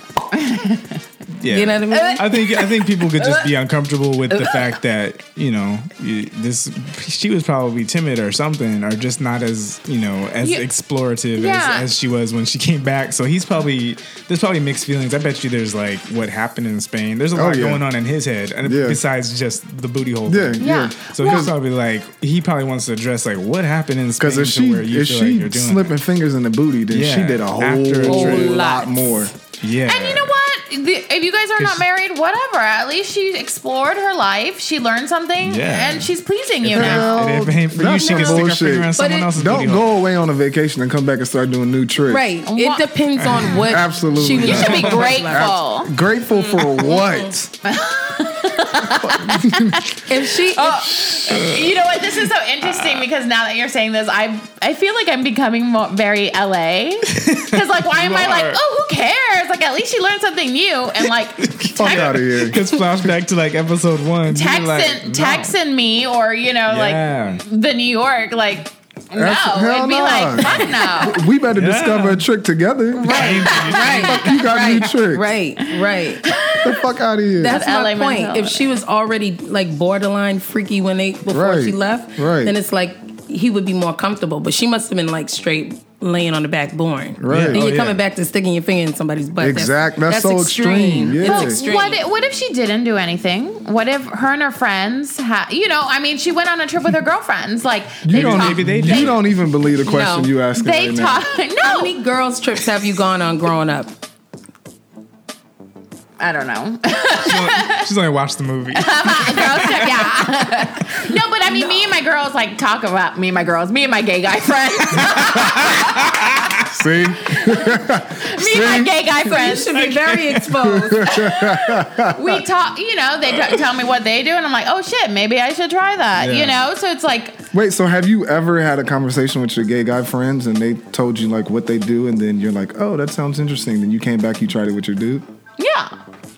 Yeah. you know what I mean? I think I think people could just be uncomfortable with the fact that you know you- this she was probably timid or something or just not as you know as Yeah. explorative Yeah. as, as she was when she came back. So he's probably there's probably mixed feelings. I bet you there's like what happened in Spain. There's a Oh, lot yeah. going on in his head and Yeah. besides just the booty hole. Yeah, thing. yeah. Yeah. So he's probably like he probably wants to address like what happened in Spain Because if to she where you if feel like she you're doing slipping fingers in the booty, then she Yeah, did a after a whole, trip. lot Lots. more. it. yeah. And you know what? The, if you guys are Cause- not married, whatever. At least she explored her life. She learned something, Yeah. and she's pleasing you And now. if- and if it ain't for you, That's she can some stick her bullshit. finger on But someone it- else's Don't booty hole. go away on a vacation and come back and start doing new tricks. Right. Wha- It depends on what Absolutely she was not. You should be doing. grateful. Grateful for Mm. what? If she, Oh, you know what? This is so interesting because now that you're saying this, I I feel like I'm becoming more, very LA. Because like, why am I are. like, oh, who cares? Like, at least she learned something new. And like, Fuck out of here. Because flashback to like episode one. you were texting like, no. texting me, or you know, Yeah. like the New York, like. No, That's- hell it'd be no. like, fuck no. We better Yeah. discover a trick together. right, right, You got a new trick. right, right. Get the fuck out of here. That's LA my point. mentality. If she was already like borderline freaky when they before Right, she left, right. then it's like he would be more comfortable. But she must have been like straight laying on the back born. Right. Then Oh, you're yeah. coming back to sticking your finger in somebody's butt. Exact- that's so extreme, yeah. That's But extreme. What if, what if she didn't do anything? What if her and her friends, ha- you know, I mean, she went on a trip with her girlfriends. Like, you don't, talk- maybe they you did. don't even believe the question No. you asking They right talk. How No, many girls' trips have you gone on growing up? I don't know. She's only- She's only watched the movie. Girls trip, yeah. no, but I mean, me and my girls like talk about me and my girls, me and my gay guy friends, now. See? me and my gay guy You friends. should be very exposed. We talk, you know, they t- tell me what they do, and I'm like, oh shit, maybe I should try that, Yeah. you know. So it's like, Wait, so have you ever had a conversation with your gay guy friends and they told you like what they do and then you're like, oh, that sounds interesting. Then you came back, you tried it with your dude yeah,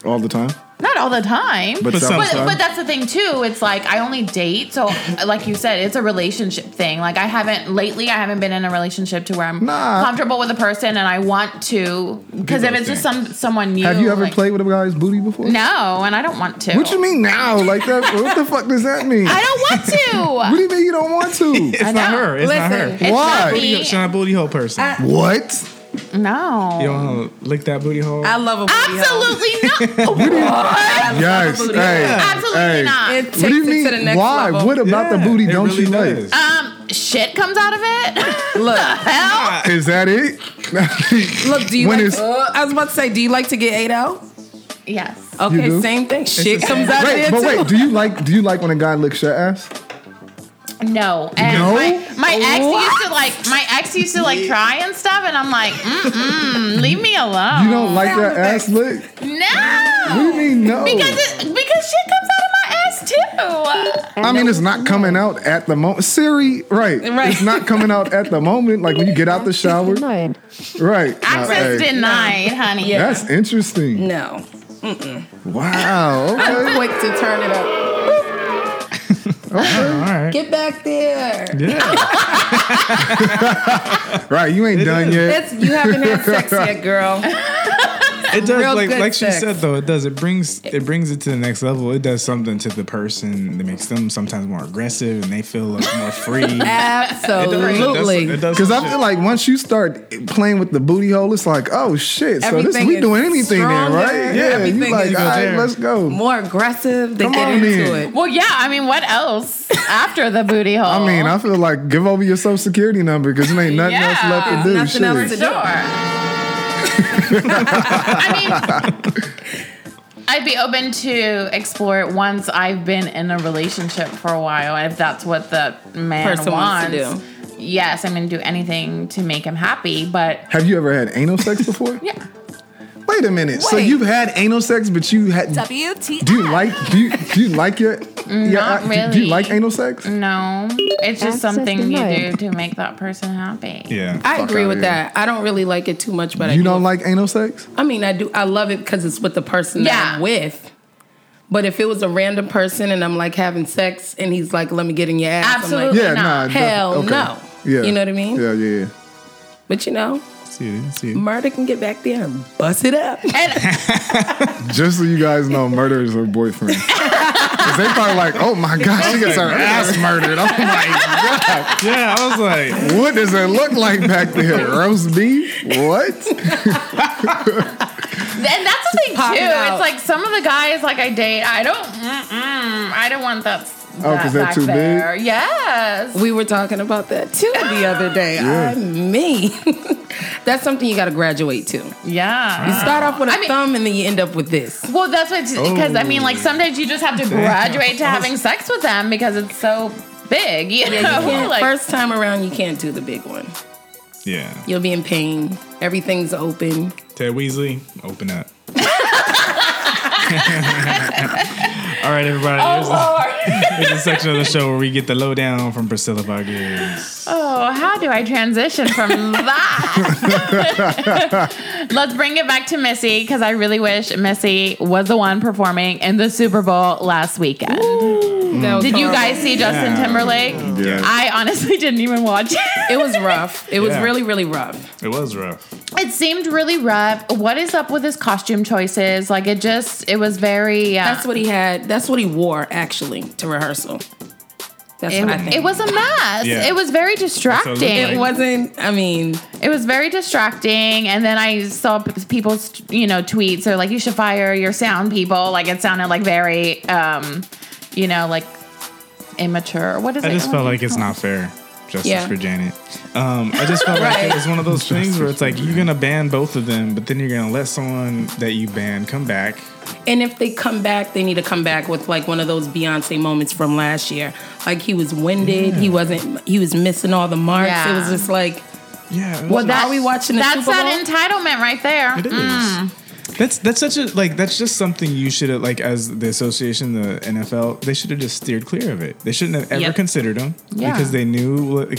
all the time? not all the time. But But some- But, Sorry. but that's the thing too. It's like I only date, so like you said, it's a relationship thing. Like I haven't lately, I haven't been in a relationship to where I'm Nah. comfortable with a person, and I want to because if those it's just some someone new. have you ever like- played with a guy's booty before? No, and I don't want to. What you mean now? Like that? what the fuck does that mean? I don't What want do to. you mean you don't want to? It's not know. her. It's not her. Listen, It's Why? not Booty- me. She's not a booty hole person. I- what? you No. don't want to lick that booty hole? I love a booty hole. Absolutely not. I love a Yes. booty Hey. hole. Absolutely Hey. not. It takes What do you mean? it to the next Why? level. What about Yeah, the booty? it Don't really you does. like? um, shit comes out of it. Look, Hell, Is that it? look. Do you When like? is- uh, I was about to say, do you like to get ate out? yes. Okay, do? same thing. Shit the comes same. out wait, of there but too. wait. Do you like? Do you like when a guy licks your ass? No. And No? my, my ex used What? to like my ex used to like try and stuff, and I'm like, mm leave me alone. You don't like that Sound ass lick? What do No. you mean no? Because it, because shit comes out of my ass too. I mean, it's not coming out at the moment. Siri, right? Right. It's not coming out at the moment. Like when you get out the shower, Nein. right? Now, Access hey, denied, honey. Yeah. That's interesting. no. Wow. Okay. Quick to turn it up. All right. Get back there. Yeah. Right. You ain't done is. yet. That's, you haven't had sex yet, girl. It does Real like good like she sex. said though, it does it brings it brings it to the next level. It does something to the person that makes them sometimes more aggressive and they feel like more free. It does- Absolutely. It does Because some I shit. feel like once you start playing with the booty hole, it's like, oh shit! So this Everything we is doing anything then, stronger. right? Yeah. Everything You like, is- all right, there. let's go. More aggressive. They Come get on into in. it. Well, yeah. I mean, what else after the booty hole? I mean, I feel like give over your social security number because it ain't nothing Yeah. else left to Nothing do. else shit. to do. sure. I mean, I'd be open to explore it once I've been in a relationship for a while, and if that's what the man Person wants wants. to Yes, I'm gonna do anything to make him happy, but Have you ever had anal sex before? yeah, Wait a minute. So Wait. you've had anal sex, but you had. WTF. do you like do you, do you like your? Not do- Do you really. like anal sex? Mm. No, it's just Access something you denied. do to make that person happy. Yeah. I Fuck agree outta with here. that. I don't really like it too much, but I You do don't like anal sex? I mean, I do. I love it because it's with the person that Yeah. I'm with. But if it was a random person and I'm like having sex and he's like, "Let me get in your ass," I'm Absolutely. like, Yeah, not. nah. def- Hell okay. no. Yeah. You know what I mean? Yeah, yeah, yeah. But you know, See it. See it. murder can get back there and bust it up. And Just so you guys know, murder is her boyfriend. 'Cause they probably like, oh my god, she gets her ass murdered. Oh my Yeah, I was like, god, what does it look like back there? Roast beef? What? and that's the thing Pop it too. out. It's like some of the guys like I date, I don't, mm-mm, I don't want that. Oh, 'cause they're back too big? there. Yes. we were talking about that too the other day. I mean, that's something you got to graduate to. You Yeah. start off with a I mean- thumb and then you end up with this. Well, that's what because I mean, like sometimes you just have to graduate to having sex with them because it's so big. You know, You can't- like first time around, you can't do the big one. yeah. You'll be in pain. Everything's open. Ted Weasley, open up. All right, everybody. Oh. here's, a, Lord. here's a section of the show where we get the lowdown from Priscilla Vargas. Oh, how do I transition from that? Let's bring it back to Missy because I really wish Missy was the one performing in the Super Bowl last weekend. Mm. That was Did you horrible. guys see Justin Yeah. Timberlake? Yeah. I honestly didn't even watch it. It was rough. It was Yeah. really, really rough. It was rough. It seemed really rough. What is up with his costume choices? Like it just, it was very. Uh, That's what he had. That's what he wore actually to rehearsal. That's It, what I think. it was a mess. Yeah. It was very distracting. That's what like- It wasn't. I mean, It was very distracting. And then I saw p- people's, you know, tweets. They're like, "You should fire your sound people." Like it sounded like very, um, you know, like immature. What is I it? just felt like it's not fair. Justice Yeah. for Janet. Um, I just felt like it was one of those things where it's like you're gonna ban both of them, but then you're gonna let someone that you ban come back. and if they come back, they need to come back with like one of those Beyonce moments from last year. Like he was winded. He wasn't. He was missing all the marks. It Yeah. was just like Yeah. it was Well, just- that- Are we watching the That's Super that entitlement right there. Mm. It is. That's that's such a like that's just something you should have like as the association, the NFL, they should have just steered clear of it. They shouldn't have ever Yep. considered him Yeah. because they knew. Like,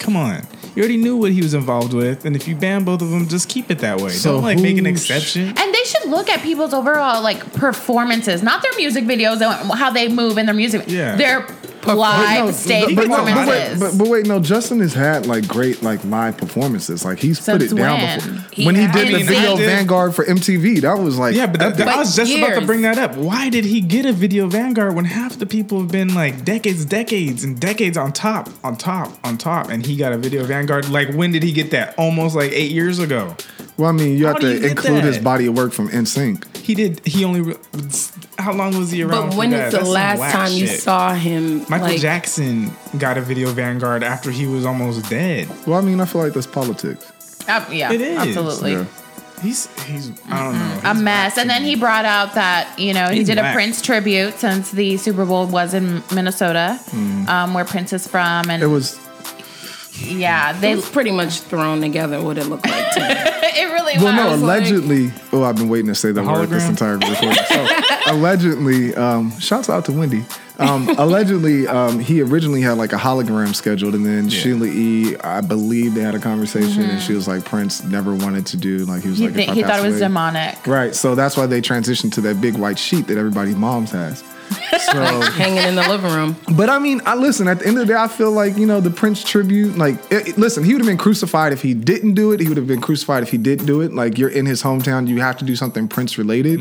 come on, you already knew what he was involved with, and if you ban both of them, just keep it that way. So Don't like make an who sh- exception. And they should look at people's overall like performances, not their music videos, and how they move in their music. Yeah. Their Wait, live no, stage but no, but performances. wait, but, but wait, no. Justin has had like great like live performances. Like he's put Since it down when? before. He when he had- I did the mean, video he did- Vanguard for MTV, that was like Yeah, but that, that- I was just about to years. bring that up. Why did he get a video Vanguard when half the people have been like decades, decades, and decades on top, on top, on top, and he got a video Vanguard? Like, when did he get that? Almost like eight years ago. well, I mean, you have do you to get include his that? body of work from NSYNC. He did. He only. Re- how long was he around? But for when that? is the That's some last whack time you shit. saw him? Michael like, Jackson got a video Vanguard after he was almost dead? Well, I mean, I feel like that's politics. Uh, yeah, It is. absolutely. Yeah. He's he's. I don't know. a He's mess. And then he brought out that you know he He's did whack. a Prince tribute since the Super Bowl was in Minnesota, um, where Prince is from, and Hmm. It was yeah, they It's pretty much thrown together. What it looked like. To me. it really Well, no, was. allegedly. oh, I've been waiting to say that word this hologram? entire recording. So, allegedly, um, shouts out to Wendy. Um, allegedly, um, he originally had like a hologram scheduled, and then Sheila E. I believe they had a conversation, and she was like, Prince never wanted to do like he was Mm-hmm. he, like thi- if I he pass thought it was away- demonic. Right, so that's why they transitioned to that big white sheet that everybody's moms has. So, hanging in the living room. but I mean, I listen. At the end of the day, I feel like you know the Prince tribute. Like, it, it- listen, he would have been crucified if he didn't do it. He would have been crucified if he did do it. Like, you're in his hometown, you have to do something Prince related.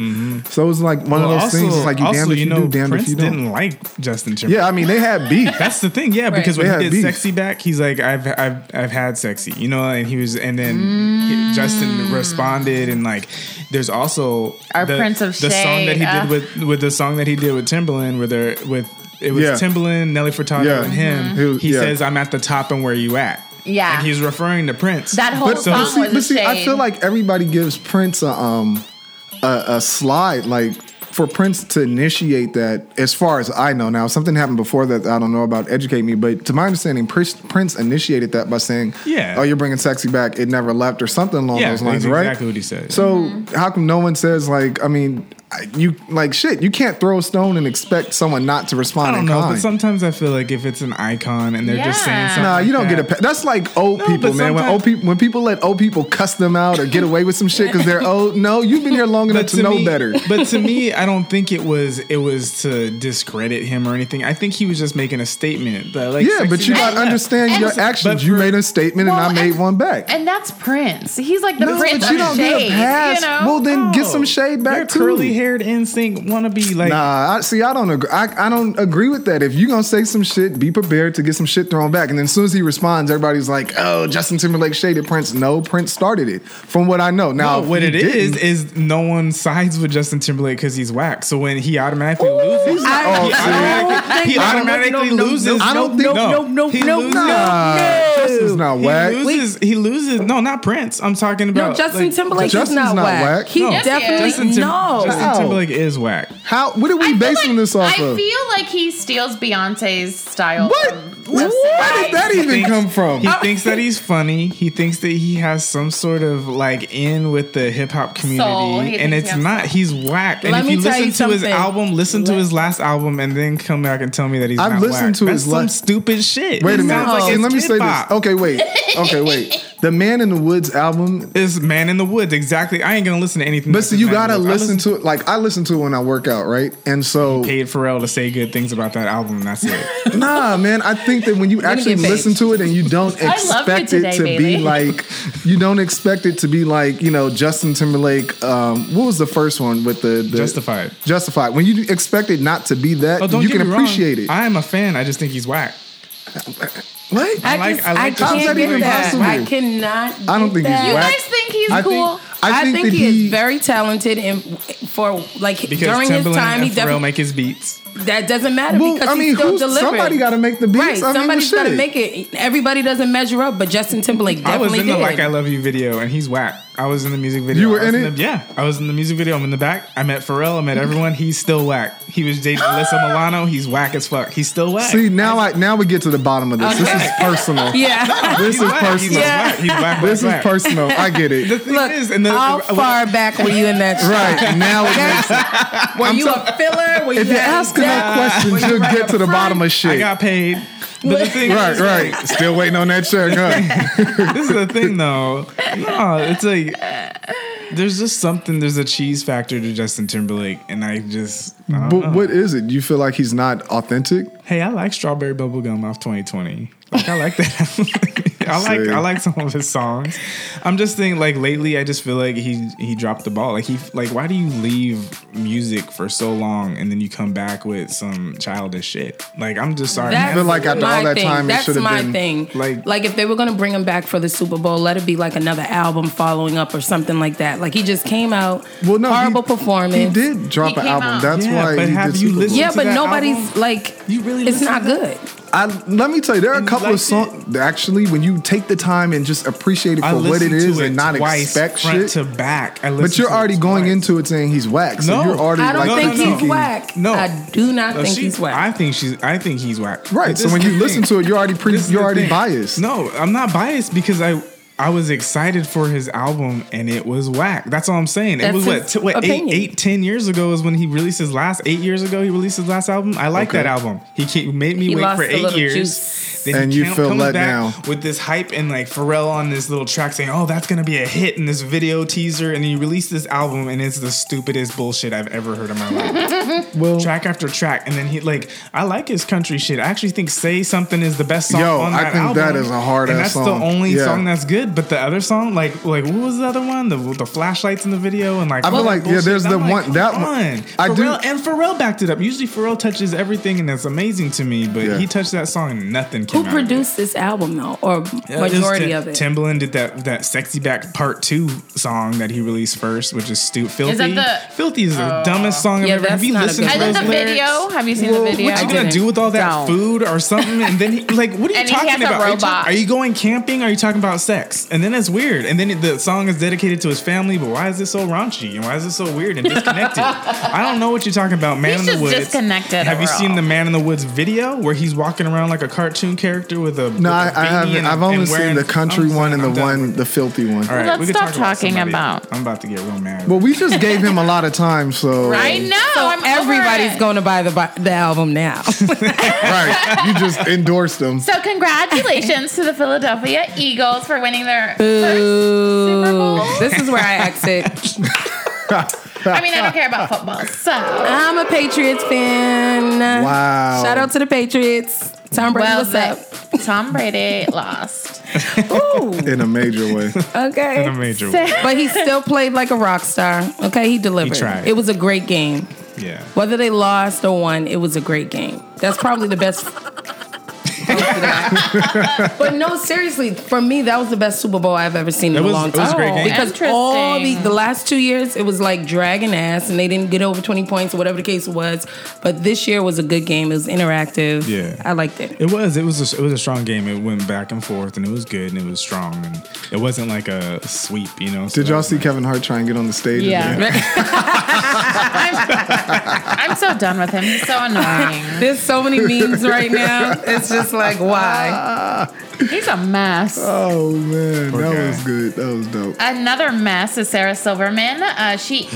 So it was like one Mm-hmm. Well, of those also, things. It's like you also, damned if you, know, do, damned Prince if you don't. didn't like Justin Timberlake. Yeah, I mean, they had beef. That's the thing, yeah. Because when They he did had beef. sexy back, he's like, I've, I've, I've had sexy, you know. And he was, and then he- Mm. Justin responded, and like, there's also Our Prince of the song that Shade, he uh. did with, with the song that he did with Timbaland, where they're with it was Yeah. Timbaland, Nelly Furtado, Yeah. and him. Mhm. He was- he yeah. says, "I'm at the top, and where you at?" Yeah. and he's referring to Prince. That whole But, song but see, was but a see, I shade. feel like everybody gives Prince a um a, a slide like for Prince to initiate that, as far as I know now, something happened before that I don't know about. Educate me, but to my understanding, Prince, Prince initiated that by saying, Yeah. oh, you're bringing sexy back. It never left," or something along Yeah, those lines, that's right? exactly what he said. So how come no one says like, I mean, I- you like shit. You can't throw a stone and expect someone not to respond. I don't in know, kind. but sometimes I feel like if it's an icon and they're just saying Yeah. something. Nah, you don't like get a. that- Pa- that's like old No, people, but man. When sometimes- old people, when people let old people cuss them out or get away with some shit because they're old. No, you've been here long enough to, know me, better. But to me, I don't think it was it was to discredit him or anything. I think he was just making a statement that like Yeah, but sexy you back- got to understand and- your actions. but You for- made a statement, Well, and I made one back. And that's Prince. He's like the no, Prince but you of don't shades. get a pass. You know? Well, then get Oh, some shade your back too. curly haired instinct wannabe like Nah, I, see, I don't agree. I, I don't agree with that. If you gonna say some shit, be prepared to get some shit thrown back. And then as soon as he responds, everybody's like, "Oh, Justin Timberlake shaded Prince." No, Prince started it. From what I know, now No, what it it is. is is no one sides with Justin Timberlake because he's whack. So when he automatically loses, I Oh, he automatically, he see. No, no, no, automatically no, no, loses. no, I don't no, think- no, no, no, he no, loses. no. Nah, Justin's not He whack. loses. He loses. No, not Prince. I'm talking No, about Justin like, Timberlake Justin's is not, not whack. whack. He No. Yes, he definitely Justin, Tim- no. Justin How? Timberlake is whack. How? What are I we feel basing like- this off I of? feel like he steals Beyonce's style. what? from Where Justin. did that even thinks- come from? He thinks that he's funny. He thinks that he has some sort of like in with the hip hop Soul. He community, and thinks it's he has not. He's whack. And Let if me you tell you listen to his something. album, listen to Let- his last album, and then come back and tell me that he's I've not listened whack. to That's his some la- stupid shit. Wait a It minute. sounds like and let me it's say hip-hop. this. Oh. Okay, wait. Okay, wait. The Man in the Woods album. Is Man in the Woods exactly? I ain't gonna listen to anything. But that's see, in you Man in gotta the Woods. I listen to it. Like I listen to it when I work out, right? And so, Paid Pharrell to say good things about that album, and that's it. nah, man. I think that when you actually get paid. listen to it and you don't you expect it today, to be Bailey. like, you don't expect it to be like, you know, Justin Timberlake. Um, what was the first one with the, the Justified. Justified. When you expect it not to be that, Oh, don't you get can me appreciate wrong. it. I am a fan. I just think he's whack. what? I, like- just, I I, like Justin can't get Timberlake. that. Possible. I cannot. I don't get think he's that. You whack. guys think he's I cool? Think, I, think, that he, is very talented and for like Because during Timberland his time, and he Pharrell definitely make his beats. that doesn't matter Well, because I mean, he's still who's, delivering. somebody got to make the beats. right. I mean, Somebody's got to shit. make it. Everybody doesn't measure up, but Justin Timberlake I definitely was in the did. Like I Love You video, and he's whack. I was in the music video. You were I was in it? the- yeah, I was in the music video. I'm in the back. I met Pharrell. I met everyone. He's still whack. He was dating Alyssa Milano. He's whack as fuck. He's still whack. See, now I now we get to the bottom of this. This is personal. yeah. he's This is whack. He's personal. whack. He's whack. This is whack. personal. I get The it. thing Look, is, and uh, the, how what- far back were you in that? Right now, it makes sense. Were you a filler? Were you if you're at asking that that? question, Were you you'll right get up to the front? bottom of I shit. got paid. But the thing Right, is, right. Still waiting on that check, huh? this is the thing though. No, it's like there's just something. There's a cheese factor to Justin Timberlake, and I just I don't know. But what is it? You feel like he's not authentic? Hey, I like Strawberry Bubblegum off 2020. Like I like that. I like I like some of his songs. I'm just saying, like lately, I just feel like he he dropped the ball. Like he like why do you leave music for so long and then you come back with some childish shit? Like I'm just sorry. That's man. feel like after my all that thing. time, it that's should've my been, thing. like- Like, if they were gonna bring him back for the Super Bowl, let it be like another album following up or something like that. Like he just came out, Well, no. he- horrible performance. He did drop He an came album. out. That's Yeah, why. but he have did you Super Bowl. listened- Yeah, to but that nobody's album? like You really It's listen not to good. I, let me tell you, there are a And you couple of liked songs. Actually, when you take the time and just appreciate it I for what listened it is to and not twice, expect front shit. to back. I But listened you're to it already going twice. into it saying he's whack. So No. you're already I don't like think he's critiquing- whack. No, I do not No, think she- he's whack. I think she's. I think he's whack. Right. But So this when is you the listen thing. to it, you're already pre- This is you're the already thing. biased. No, I'm not biased because I I was excited for his album and it was whack. That's all I'm saying. That's it was what his t- what eight, opinion. eight ten years ago is when he released his last eight years ago he released his last album. I like Okay. that album. He ca- made me He wait lost for a eight little years. juice. Then he And you count- feel comes let back down. with this hype and like Pharrell on this little track saying, "Oh, that's gonna be a hit" in this video teaser, and then you release this album and it's the stupidest bullshit I've ever heard in my life Well, track after track, and then he like I like his country shit. I actually think "Say Something" is the best song. Yo, on I that think album, that is a hard-ass and that's song. the only Yeah. song that's good. But the other song, like like what was the other one? The the flashlights in the video and like I feel all that like, yeah, bullshit. there's And the I'm one- like, that come one- on. I do- Pharrell, and Pharrell backed it up. Usually Pharrell touches everything, and that's amazing to me. But Yeah. he touched that song and nothing. Who came out. produced this album though, or Yeah, just majority Tim- of it? Timbaland did that that "Sexy Back" Part Two song that he released first, which is "Stupid Filthy." that the- "Filthy" is the dumbest song I've Oh. Yeah, ever. that's Have you not a listened good to I those did the lyrics? video. Have you seen the video? What you gonna didn't. do with all that Don't. food or something? And then, he, like, what are you And he talking has a about? Are you, robot. talk- are you going camping? Are you talking about sex? And then it's weird. And then the song is dedicated to his family, but why is it so raunchy? And why is it so weird and disconnected? I don't know what you're talking about, Man He's in the just Woods. disconnected Have you overall. seen the Man in the Woods video where he's walking around like a cartoon character with a? No, I, I haven't. I've only seen the country one and the one. one, the filthy one. All right, Let's we can stop talk about talking somebody. about- I'm about to get real mad. Well, we just gave him a lot of time, so I know. so Oh, I'm over everybody's it. going to buy the bu- the album now. right. You just endorsed him. So congratulations to the Philadelphia Eagles for winning their first Super Bowl. this is where I exit. I mean, I don't care about football, so I'm a Patriots fan. Wow. Shout out to the Patriots. Tom Brady, well, what's up? the- Tom Brady lost. Ooh, in a major way. okay. in a major So- way. but he still played like a rock star. Okay, he delivered. tried. It was a great game. Yeah. Whether they lost or won, it was a great game. That's probably the best. but no, seriously, for me, that was the best Super Bowl I've ever seen in It was- a long it was time. a great game. Because all the, Interesting. the last two years, it was like dragging ass, and they didn't get over twenty points or whatever the case was. But this year was a good game. It was interactive. Yeah. I liked it. It was. It was. A, it was a strong game. It went back and forth, and it was good, and it was strong, and it wasn't like a sweep, you know. so Did y'all that see was Kevin Hart try and get on the stage? Yeah. again? I'm so done with him. He's so annoying. There's so many memes right now. It's just like why. He's a mess. Oh man, that Okay. was good. That was dope. Another mess is Sarah Silverman. Uh, she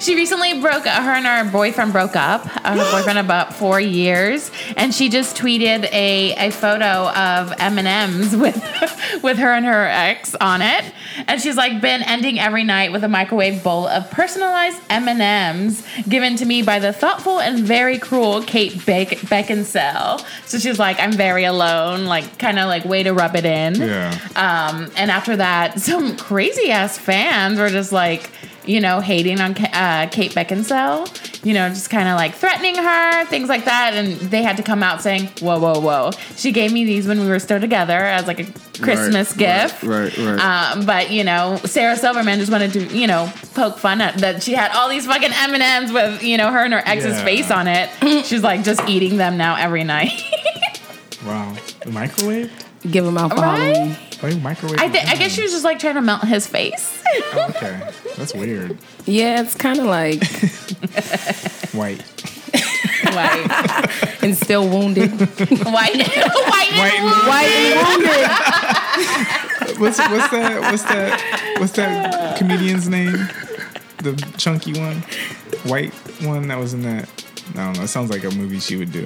she recently broke. Her and her boyfriend broke up. Uh, her boyfriend about four years, and she just tweeted a, a photo of M and M's with with her and her ex on it. And she's like, been ending every night with a microwave bowl of personalized M and M's given to me by the thoughtful and very cruel Kate Beck- Beckinsale. So she's like, I'm very alone. Like, kind of like way to rub it in. Yeah. Um, and after that, some crazy ass fans were just like, you know, hating on Ka- uh, Kate Beckinsale, you know, just kind of like threatening her, things like that. And they had to come out saying, whoa, whoa, whoa. She gave me these when we were still together as like a Christmas Right, gift. Right, right. Um, but you know, Sarah Silverman just wanted to, you know, poke fun at that she had all these fucking M and M's with, you know, her and her ex's Yeah. face on it. She's like just eating them now every night. Wow. Microwaved? Give him out for Right? Halloween. Um, Why you microwave? I think I guess she was just like trying to melt his face. Oh, Okay, that's weird. Yeah, it's kind of like White. Like, and still wounded. White, white, White and and- blue. Why What's what's that? What's that? What's that comedian's name? The chunky one, white one that was in that. I don't know. It sounds like a movie she would do.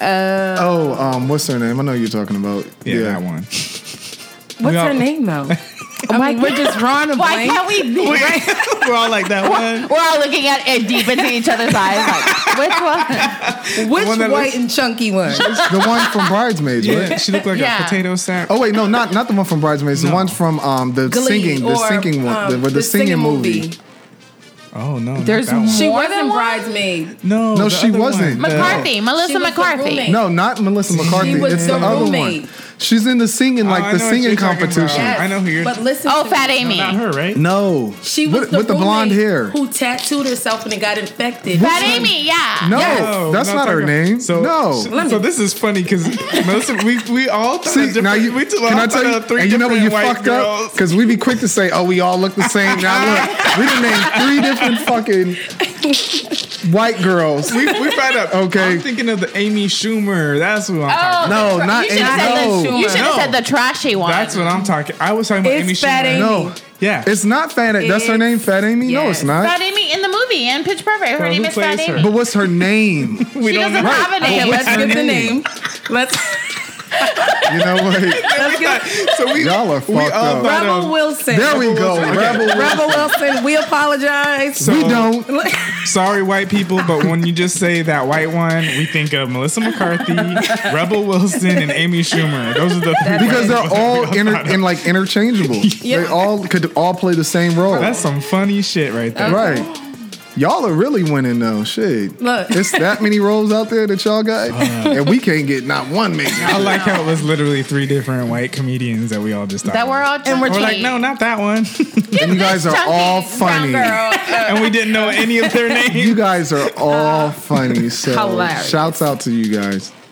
oh, um, what's her name? I know who you're talking about. Yeah, that one. What's all- her name though? I mean, we're just drawing a Why blank. can't we? We're all like that one. We're all looking at it deep into each other's eyes. Like, which one? Which one that white looks- and chunky one? the one from Bridesmaids, Yeah, right? she looked like Yeah. a potato sack. Oh wait, no, not not the one from Bridesmaids. The No. one from um, the Glee singing, the or, singing one, um, the, with the, singing, movie. oh no, not There's that one. She More than wasn't one? bridesmaid. No, No, the she other wasn't. one. The- McCarthy, Melissa She was the McCarthy. roommate. No, not Melissa McCarthy. was it's the the, other roommate. one. She's in the singing, like Oh, I the know what singing you're talking about. competition. I know who you're- But listen, Oh, to Fat me. Amy. Not her, right? No, She was with, the with the blonde roommate hair. who tattooed herself and it got infected. Fat Amy, yeah. No, Yes. that's no, not her Tucker. name. So, no. so, so this is funny because Melissa, we we all thought of See, different. now you, we t- all can I thought tell you, of three and you know different when you white fucked up? girls. Because we be quick to say, oh, we all look the same. Now look, we done named three different fucking white girls. We, we found out. Okay. I'm thinking of the Amy Schumer. That's what I'm talking. Oh, about. the No, tra- not you should have said Amy- no. the you should have No. said the trashy one. That's what I'm talking. I was talking about It's Amy Fat Schumer. Amy. No, Yeah, it's not Fat Amy. That's her It's- name, Fat Amy? No, it's yes. Fat not. Amy in the movie and Pitch Perfect. Her Girl, name who is Fat plays her? Amy. But what's her name? we she don't doesn't know. have a Okay, name. let's her give the name? name. Let's. You know what? let's give, So we Y'all are we fucked all up. thought Rebel of- Wilson. There we go. Rebel. Rebel Wilson. We apologize. We don't. Sorry, white people, but when you just say that white one, we think of Melissa McCarthy, Rebel Wilson, and Amy Schumer. Those are the three white Because people they're that we all inter- thought of. and like interchangeable. They all could all play the same role. That's some funny shit right there. right. Y'all are really winning though. Shit. Look. It's that many roles out there that y'all got, and we can't get not one major. I like how it was literally three different white comedians that we all just That we're all And we're We're like, chunky. no, not that one, And you This guys are chunky all brown funny. girl. and we didn't know any of their names. You guys are Uh, all funny. So hilarious. shouts out to you guys.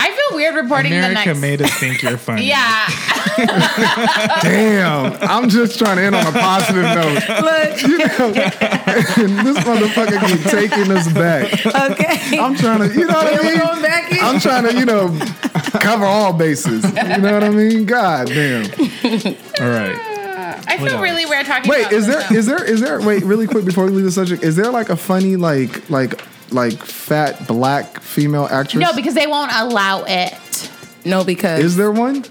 I feel weird reporting the America next. made us think you're funny. yeah, Damn. I'm just trying to end on a positive note. Look, You know, this motherfucker keep taking us back. okay. I'm trying to, you know what I We're mean? going back in. I'm trying to, you know, cover all bases. You know what I mean? God damn. All right. I What feel really else? weird talking. Wait, about is this, there though. is there is there wait really quick before we leave the subject? Is there like a funny like like like fat black female actress? no? Because they won't allow it. no, because is there one?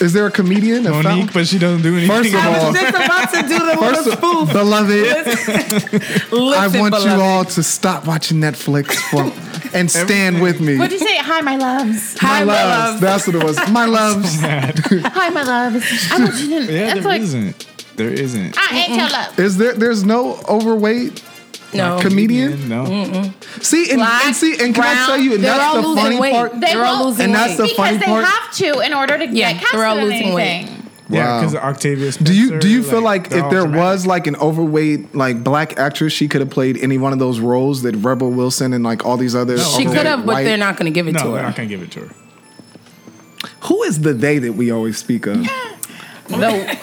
Is there a comedian? A fat Monique, one? but she doesn't do anything. First of I all- was just about to do the First little of- spoof. beloved, I Listen, want you beloved. all to stop watching Netflix for, and stand with me. What'd you say? Hi, my loves. Hi, my my loves, love. that's what it was. My loves, Hi, my loves. I want you to. yeah, it's there like, not There isn't. I ain't your love. is there? There's no overweight No. comedian. No. See, and, Black, and see, and can I brown, tell you? And they're that's all the losing funny weight. part. They They're all won't- losing And that's weight. the because funny they part. have to in order to Yeah, get cast they're all in losing weight. anything. Yeah, Wow. because Octavia. Spencer, Do you do you feel like like they're if all there dramatic. was like an overweight like black actress, she could have played any one of those roles that Rebel Wilson and like all these others. No, She Okay. could have, but they're not going to give it no, to we're her. not gonna give it to her. Who is the they that we always speak of? The,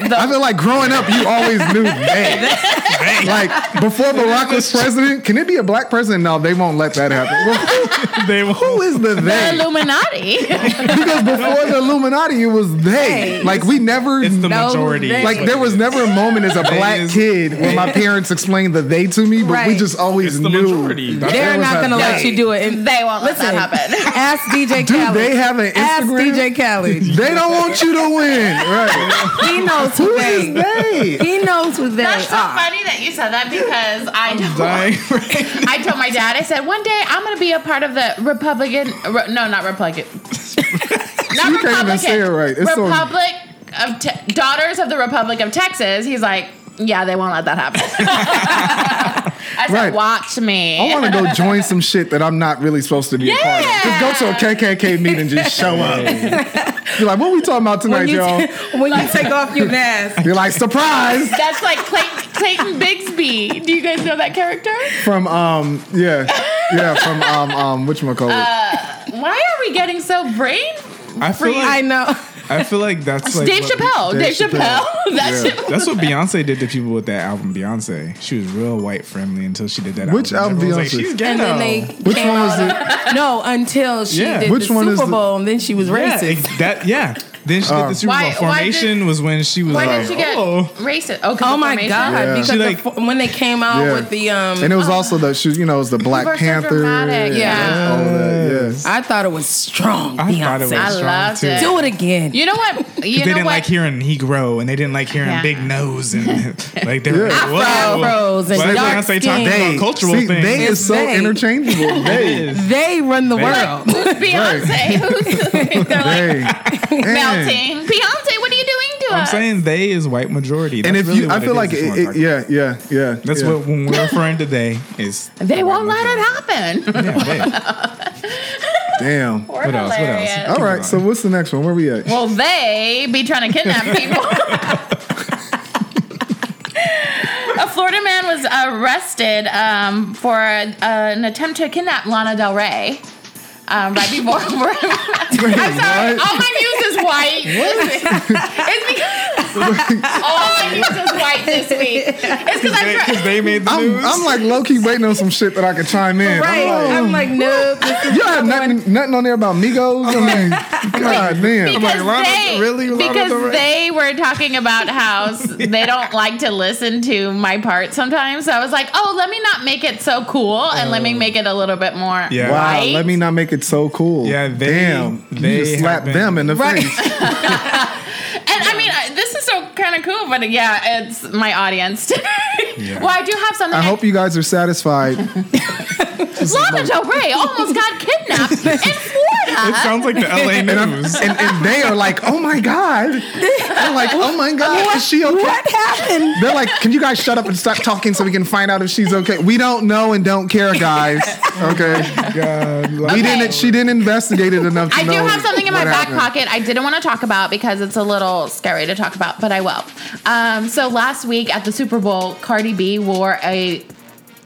the, I feel like growing up, you always knew they. like before Barack was president, can it be a black president? No, they won't let that happen. Well, They who will. is the The they? Illuminati. Because before the Illuminati, it was they. Hey. Like we never. It's the No, majority. they- It's Like there was never a moment as a black is- kid where my parents explained the they to me, but we Right. just always It's the knew. majority. that there they're was not a going to let they. you do it. And they won't let that happen. ask DJ Khaled. they have an Ask Instagram? DJ Khaled. They don't want you to win, right? he knows who, Who they. is they? He knows who they That's so are. funny that you said that because I don't. dying right I told my dad, I said, one day I'm going to be a part of the Republican. Re, no, not Republican. not You Republican. can't even say it right. It's so- Republic of Te- Daughters of the Republic of Texas. He's like, yeah, they won't let that happen. I said, Right. watch me. I want to go join some shit that I'm not really supposed to be a part of. Yeah. Just go to a KKK meeting and just show up. You're like, what we talking about tonight, When you, y'all? when you take off your mask, You're like, surprise That's like Clayton, Clayton Bigsby. Do you guys know that character? from um yeah yeah from um um which one called Uh, Why are we getting so brain? I feel I like know. I feel like that's like Dave what- Chappelle. Dave, Dave Chappelle. That's Yeah. That's what Beyonce did to people with that album. Beyonce, she was real white friendly until she did that. Which album album Everyone was Beyonce? Like, She's And ghetto. then they which came one was out- it? No, until she Yeah. did Which the one is Super the- Bowl, and then she was yeah, racist. ex- that yeah. Then she Uh. did the Super Why- Bowl why formation was when she was Why like, did she get oh, racist? Oh, 'cause Oh of my formation. god! Yeah. Because She the like- fo- when they came out Yeah. with the um, and it was also the she you know it was the People are Black so Panther dramatic. Yeah. all of that yeah I thought it was strong. I Beyonce. thought it was I strong loved too. it. Do it again. You know what? they You know didn't what? like hearing Negro and they didn't like hearing Yeah. Big Nose and like they were Yeah. like, whoa. Afros and Why is dark Beyonce skin. talking about cultural See, things? they It's is so they. interchangeable they they run the Like- world. Beyonce. Who's, they're like they Man. melting. Beyonce, what are you doing to I'm us? saying they is white majority. That's and if really you what I feel is, like is it, what I'm it, talking yeah yeah yeah That's yeah. what when we're referring to they is. they won't let it happen. happen. damn What We're else? Oh, What else? hilarious. all right so what's the next one where we at Well, they be trying to kidnap people. a Florida man was arrested um, for uh, an attempt to kidnap Lana Del Rey. Um, right before, I'm sorry. what? All my news is white. it's because all my news is white this week. It's because I'm. Because they made the I'm, news. I'm like low key waiting on some shit that I could chime in. I'm right? like, hmm. I'm like, no. This is Y'all have nothing, nothing on there about Migos. I mean, God damn. because Lana- they, really, Lana because Del Rey? they were talking about how s- they don't like to listen to my part sometimes. So I was like, oh, let me not make it so cool and let me make it a little bit more Oh. Yeah. Wow, white. let me not make it so cool. Yeah, they- damn. they you just slapped have been- them in the Right. face. and I mean, I, this is so kind of cool, but yeah, it's my audience. Well, I do have something. I hope you guys are satisfied. Lana Del Rey almost got kidnapped in Florida. Uh-huh. It sounds like the LA news. and, and they are like, oh my God. They're like, oh my God, is she okay? What happened? They're like, can you guys shut up and stop talking so we can find out if she's okay? We don't know and don't care, guys. Okay. God, like, We didn't she didn't investigate it enough to I do know have something in my what back happened. pocket I didn't want to talk about because it's a little scary to talk about, but I will. Um, so last week at the Super Bowl, Cardi B wore a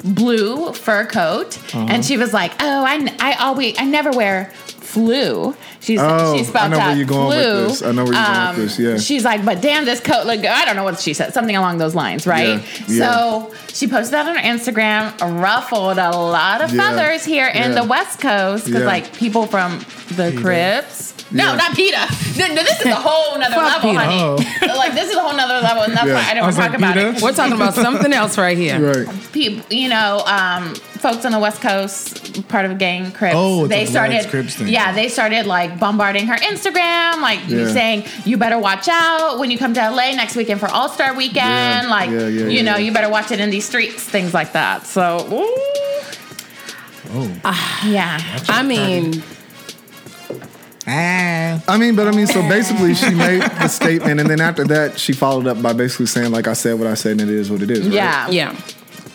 blue fur coat, Uh-huh. and she was like, "Oh, I, n- I always I never wear." Flu. She's Oh, she spelled I know where out you're going with flu. Um, this. I know where you're going with this, yeah. She's like, but damn, this coat look. good." I don't know what she said. Something along those lines, right? Yeah, yeah. So she posted that on her Instagram, ruffled a lot of Yeah, feathers here in yeah. the West Coast because Yeah. like people from the Crips. No, Yeah. not PETA. No, no, this is a whole nother Fuck level, PETA. honey. Like this is a whole nother level, and that's Oh. Yeah. Oh, why I I don't want was to talk like, about PETA? it. We're talking about something else right here. Right. People, you know, um, folks on the West Coast, part of gang Crips, Oh, it's they a Bloods started. Crips thing. Yeah, they started like bombarding her Instagram, like you Yeah. saying, "You better watch out when you come to LA next weekend for All Star Weekend." Yeah, Like, yeah, yeah, you yeah, know, yeah. you better watch it in these streets, things like that. So, ooh, oh. yeah, I mean, Ah. I mean, but I mean, so basically she made the statement and then after that she followed up by basically saying, like I said what I said and it is what it is, right? yeah, yeah.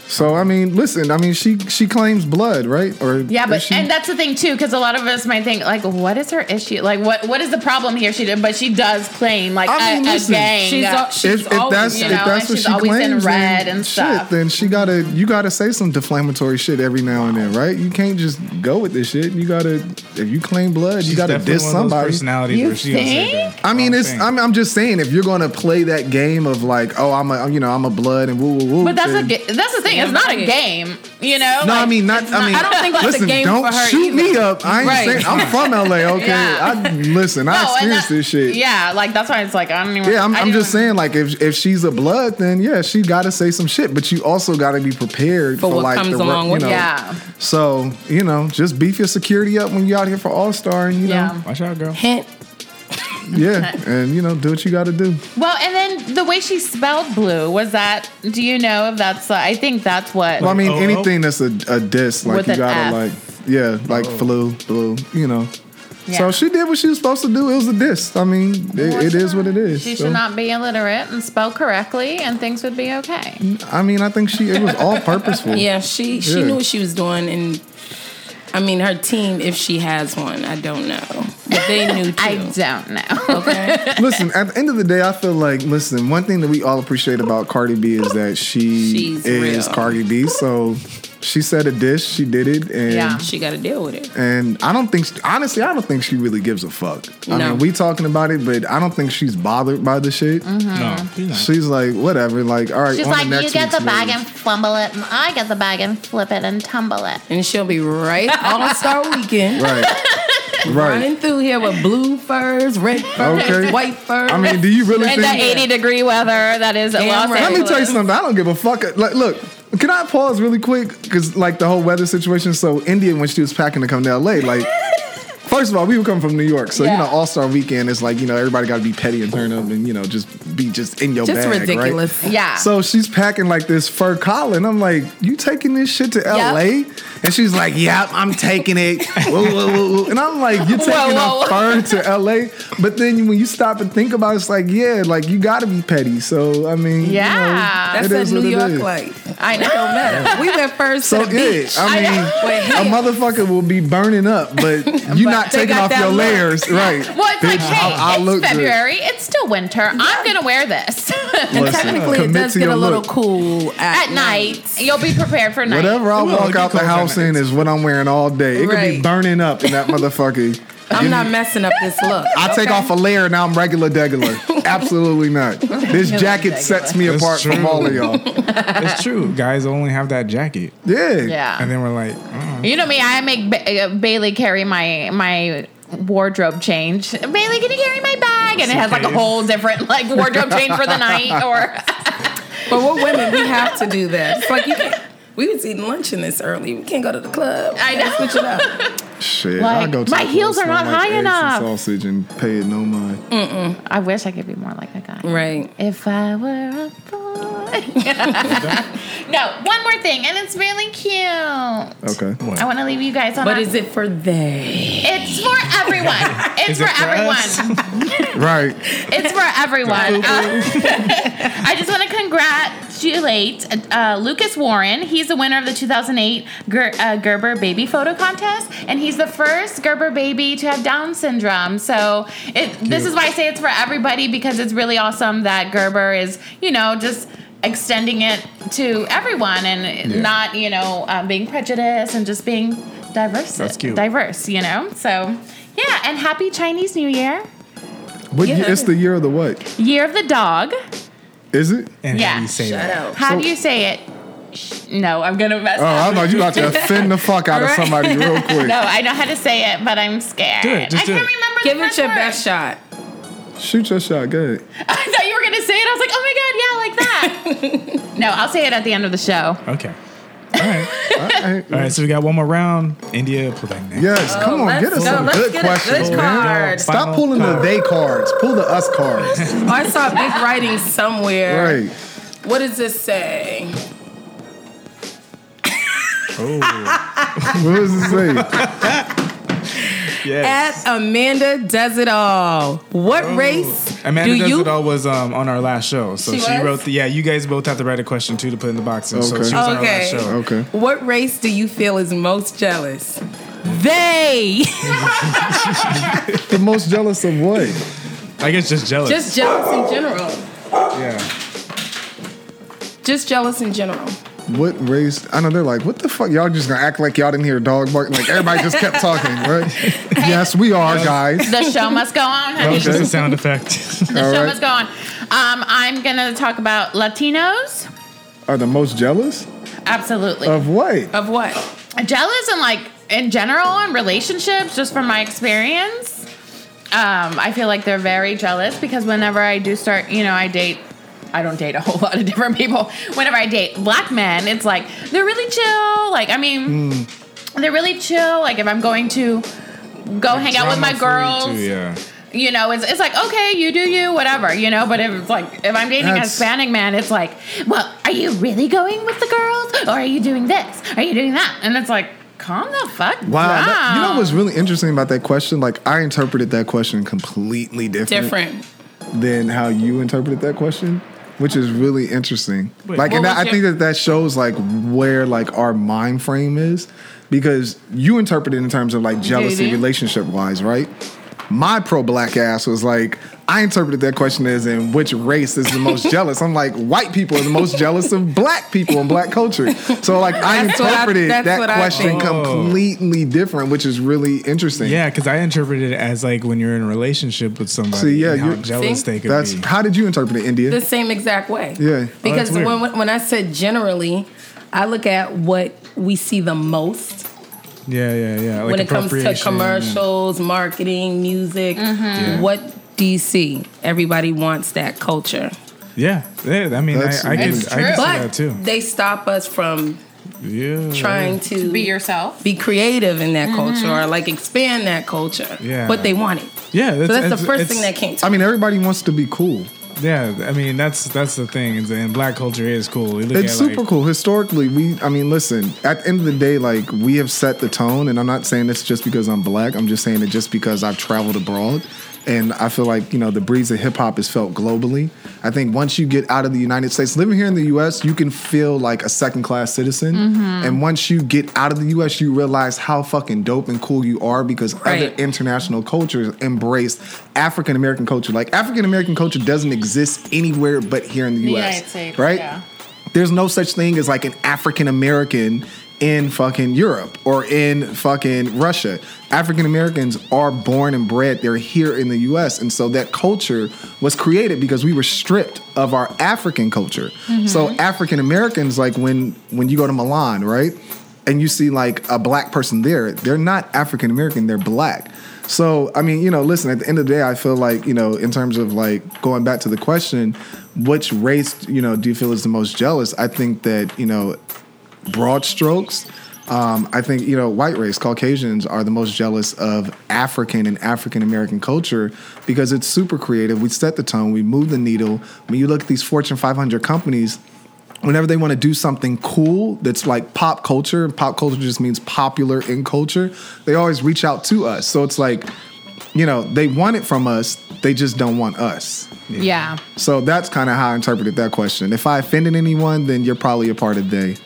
So I mean, listen, I mean she she claims blood, right? Or Yeah, or but she- and that's the thing too, because a lot of us might think like, what is her issue? Like, what what is the problem here? She did, but she does claim like I a- mean, a, listen, gang. She's, al- she's uh, if, if always, that's you if know, and that's what she's she always in claims, red then and shit, stuff. then she gotta you gotta say some deflammatory shit every now and then, right? You can't just go with this shit. You gotta if you claim blood, you gotta diss somebody. Personalities You where she gonna say think? the I mean, wrong it's thing. I'm, I'm just saying if you're gonna play that game of like, oh, I'm a you know I'm a blood and woo woo woo. but that's a then- ga- that's the thing. It's Yeah, not a right. game, you know. No, I Like, mean not. I mean, I don't think that's a listen, game Don't for her shoot me either. up. I ain't Right. saying I'm from LA. Okay, Yeah. I listen. no, I and experienced that- this shit. Yeah, like that's why it's like I don't even. Yeah, I'm, I I'm didn't just even- saying, like, if if she's a blood, then yeah, she got to say some shit, but you also got to be prepared For for, what like comes the re- along you with know. it. Yeah, So you know, just beef your security up when you're out here for All Star, and you yeah. Watch out, girl. Hint. know, yeah, and you know, do what you got to do. Well, and then the way she spelled blue was that. Do you know if that's? Uh, I think that's what. Well, I mean, oh, oh. anything that's a, a diss, like With you an gotta F. like, yeah, like Oh. flu, blue, you know. Yeah. So she did what she was supposed to do. It was a diss. I mean, it, it is what it is. She So, should not be illiterate and spell correctly, and things would be okay. I mean, I think she it was all purposeful. Yeah, she she Yeah. knew what she was doing, and I mean her team, if she has one, I don't know, but they knew too. I don't know. okay, listen, at the end of the day, I feel like listen. One thing that we all appreciate about Cardi B is that she She's is real. Cardi B. So she said a dish, she did it, and Yeah. she got to deal with it. and I don't think honestly, I don't think she really gives a fuck. I No. mean, we talking about it, but I don't think she's bothered by the shit. Mm-hmm. Uh-huh. No, she's not. She's like, whatever. Like, all right. She's on to like, you next get week's the bag news." and fumble it, and I get the bag and flip it and tumble it. And she'll be right all star weekend. right, right. Running through here with blue furs, red furs, Okay. white furs. I mean, do you really In think? the 80 degree weather that is Damn Los right. Let Angeles. me tell you something. I don't give a fuck. Like, look, can I pause really quick? Because like the whole weather situation. So India, when she was packing to come to LA, like. First of all, we were coming from New York, so you Yeah. know All Star Weekend is like you know everybody got to be petty and turn up and you know just be just in your just bag, right? ridiculous. Yeah. So she's packing like this fur collar, and I'm like, "You taking this shit to LA?" And she's like, "Yep, I'm taking it." Woo, woo, woo, woo. And I'm like, "You're taking whoa, a fur to LA?" But then when you stop and think about it, it's like, yeah, like you got to be petty. So I mean, you Yeah. know, That's it a is what New it York is. life. I know. No matter. We went first So to the yeah, beach. I mean, With a him. motherfucker will be burning up, but you're not they taking got off that your look. layers, right? Well, it's like, hey, I'll- I'll look it's good. February. It's still winter. I'm going to wear this. Listen, Technically, it commit does to get your a little look. cool at, At night, you'll be prepared for night. Whatever I Ooh, it'll walk be out the cold house nights. in is what I'm wearing all day. It could be Right. burning up in that motherfucker. I'm not messing up this look. I take off a layer and now I'm regular degular. Absolutely not. This jacket degular. sets me That's apart from true. all of y'all. It's true. Guys only have that jacket. Uh-huh. Yeah. And Yeah. then we're like, oh, You know me, I make ba- uh, Bailey carry my my wardrobe change. Bailey, can you carry my bag? And it has like a Suitcase. whole different like wardrobe change for the night or But we're women, we have to do that. It's like you can't. We was eating lunch in this early. We can't go to the club. I know. Switch it up. Shit. I Like, go to my the heels place are and I not like high eggs and enough. Mm. sausage and pay it no mind. I wish I could be more like a guy. Right. If I were a boy. No, one more thing, and it's really cute. Okay. What? I want to leave you guys on. But a- is it for they? It's for everyone. It's Is for it for everyone. us? Right. It's for everyone. Uh, I just want to congratulate uh, Lucas Warren. He's the winner of the 2008 Ger- uh, Gerber Baby Photo Contest, and he's the first Gerber baby to have Down syndrome. So it, this is why I say it's for everybody because it's really awesome that Gerber is, you know, just extending it to everyone and Yeah. not, you know, um, being prejudiced and just being diverse. That's cute. Diverse, you know. So yeah, and happy Chinese New Year. But Yeah. it's the year of the what? Year of the dog. Is it? And Yeah. how do you say Shut that? up. How do you say it? Sh- No, I'm gonna mess Oh, I up. thought you about to offend the fuck out of Right. somebody real quick. No, I know how to say it, but I'm scared. Do it, just I do can't it. remember. Give the it first your word. best shot. Shoot your shot. Go ahead. I thought you were gonna say it. I was like, oh my god, yeah, like that. no, I'll say it at the end of the show. Okay. All right. All right. All right. So we got one more round. India, pull that next. Yes, Oh, come on, let's Oh, get us go. some Let's good get a good questions, man. card. Stop pulling the they cards. Pull the us cards. Oh, I saw big writing somewhere. right. What does this say? Oh, What does it say? yes. At Amanda Does It All. What Oh. race Amanda do Does you It All was um, on our last show. So She she, was? wrote the, yeah, you guys both have to write a question too to put in the box. And So Okay. she was on our last Okay. show. Okay. What race do you feel is most jealous? They The most jealous of what? I guess just jealous. just jealous in general. yeah. Just jealous in general. What race? I know they're like, what the fuck? Y'all just gonna act like y'all didn't hear a dog bark? Like everybody just kept talking, right? Yes, we are, guys. The show must go on, honey. It's just a sound effect. The all show right. must go on. Um, I'm gonna talk about Latinos. Are the most jealous Absolutely. of what? Of what? jealous and like in general in relationships just from my experience um, i feel like they're very jealous because whenever i do start you know i date i don't date a whole lot of different people whenever i date black men it's like they're really chill like i mean they're really chill like if i'm going to go hang out with my girls Drama-free, Too, yeah. you know, it's, it's like, okay, you do you, whatever, you know, but if it's like, if I'm dating a That's- Hispanic man, it's like, well, are you really going with the girls? Or are you doing this? Are you doing that? And it's like, calm the fuck Wow. down. that- you know what's really interesting about that question? Like I interpreted that question completely Different. than how you interpreted that question, which is really interesting. like, What and was I I your- think that that shows like where like our mind frame is, because you interpret it in terms of like jealousy, Dating. relationship wise, right? My pro black ass was like, I interpreted that question as in which race is the most jealous. I'm like, white people are the most jealous of black people in black culture. So like, I That's what I- interpreted that's that what I question think. completely different, which is really interesting. Yeah, because I interpreted it as like when you're in a relationship with somebody, See, yeah, and how you- jealous See? they could That's be. how did you interpret it, India? The same exact way. yeah. Because Oh, weird. when when I said generally, I look at what we see the most Yeah, yeah, yeah. Like when it comes to appropriation. commercials, marketing, music. Yeah. What do you see? Everybody wants that culture. Yeah, yeah. I mean, I, That's I could, I could That's see true. that But too. they stop us from Yeah. Mm-hmm. trying to Be Mm-hmm. yourself. be creative in that culture or like expand that culture. Yeah. But they want it. Yeah, that's, So that's it's- the first it's- thing that came to I me. mean, everybody wants to be cool. Yeah, I mean that's that's the thing, is- and black culture is cool. You look It's at, super like, cool. Historically, we, I mean, listen, at the end of the day, like, we have set the tone, and I'm not saying this just because I'm black. I'm just saying it just because I've traveled abroad. And I feel like, you know, the breeze of hip hop is felt globally. I think once you get out of the United States, living here in the US, you can feel like a second class citizen. And once you get out of the US, you realize how fucking dope and cool you are because Right. other international cultures embrace African American culture. Like, African American culture doesn't exist anywhere but here in the, US. United States, right? yeah. There's no such thing as like an African American in fucking Europe or in fucking Russia. African Americans are born and bred. They're here in the US. And so that culture was created because we were stripped of our African culture. So Mm-hmm. African Americans, like when when you go to Milan, right? And you see like a black person there, they're not African American, they're black. So, I mean, you know, listen, at the end of the day, I feel like, you know, in terms of like going back to the question, which race, you know, do you feel is the most jealous? I think that, you know, broad strokes, um, I think, you know, white race, Caucasians are the most jealous of African and African American culture because it's super creative. We set the tone, we move the needle. When you look at these Fortune 500 companies, whenever they want to do something cool that's like pop culture, and pop culture just means popular in culture, they always reach out to us. So it's like, you know, they want it from us, they just don't want us. Yeah. So that's kind of how I interpreted that question. If I offended anyone, then you're probably a part of they.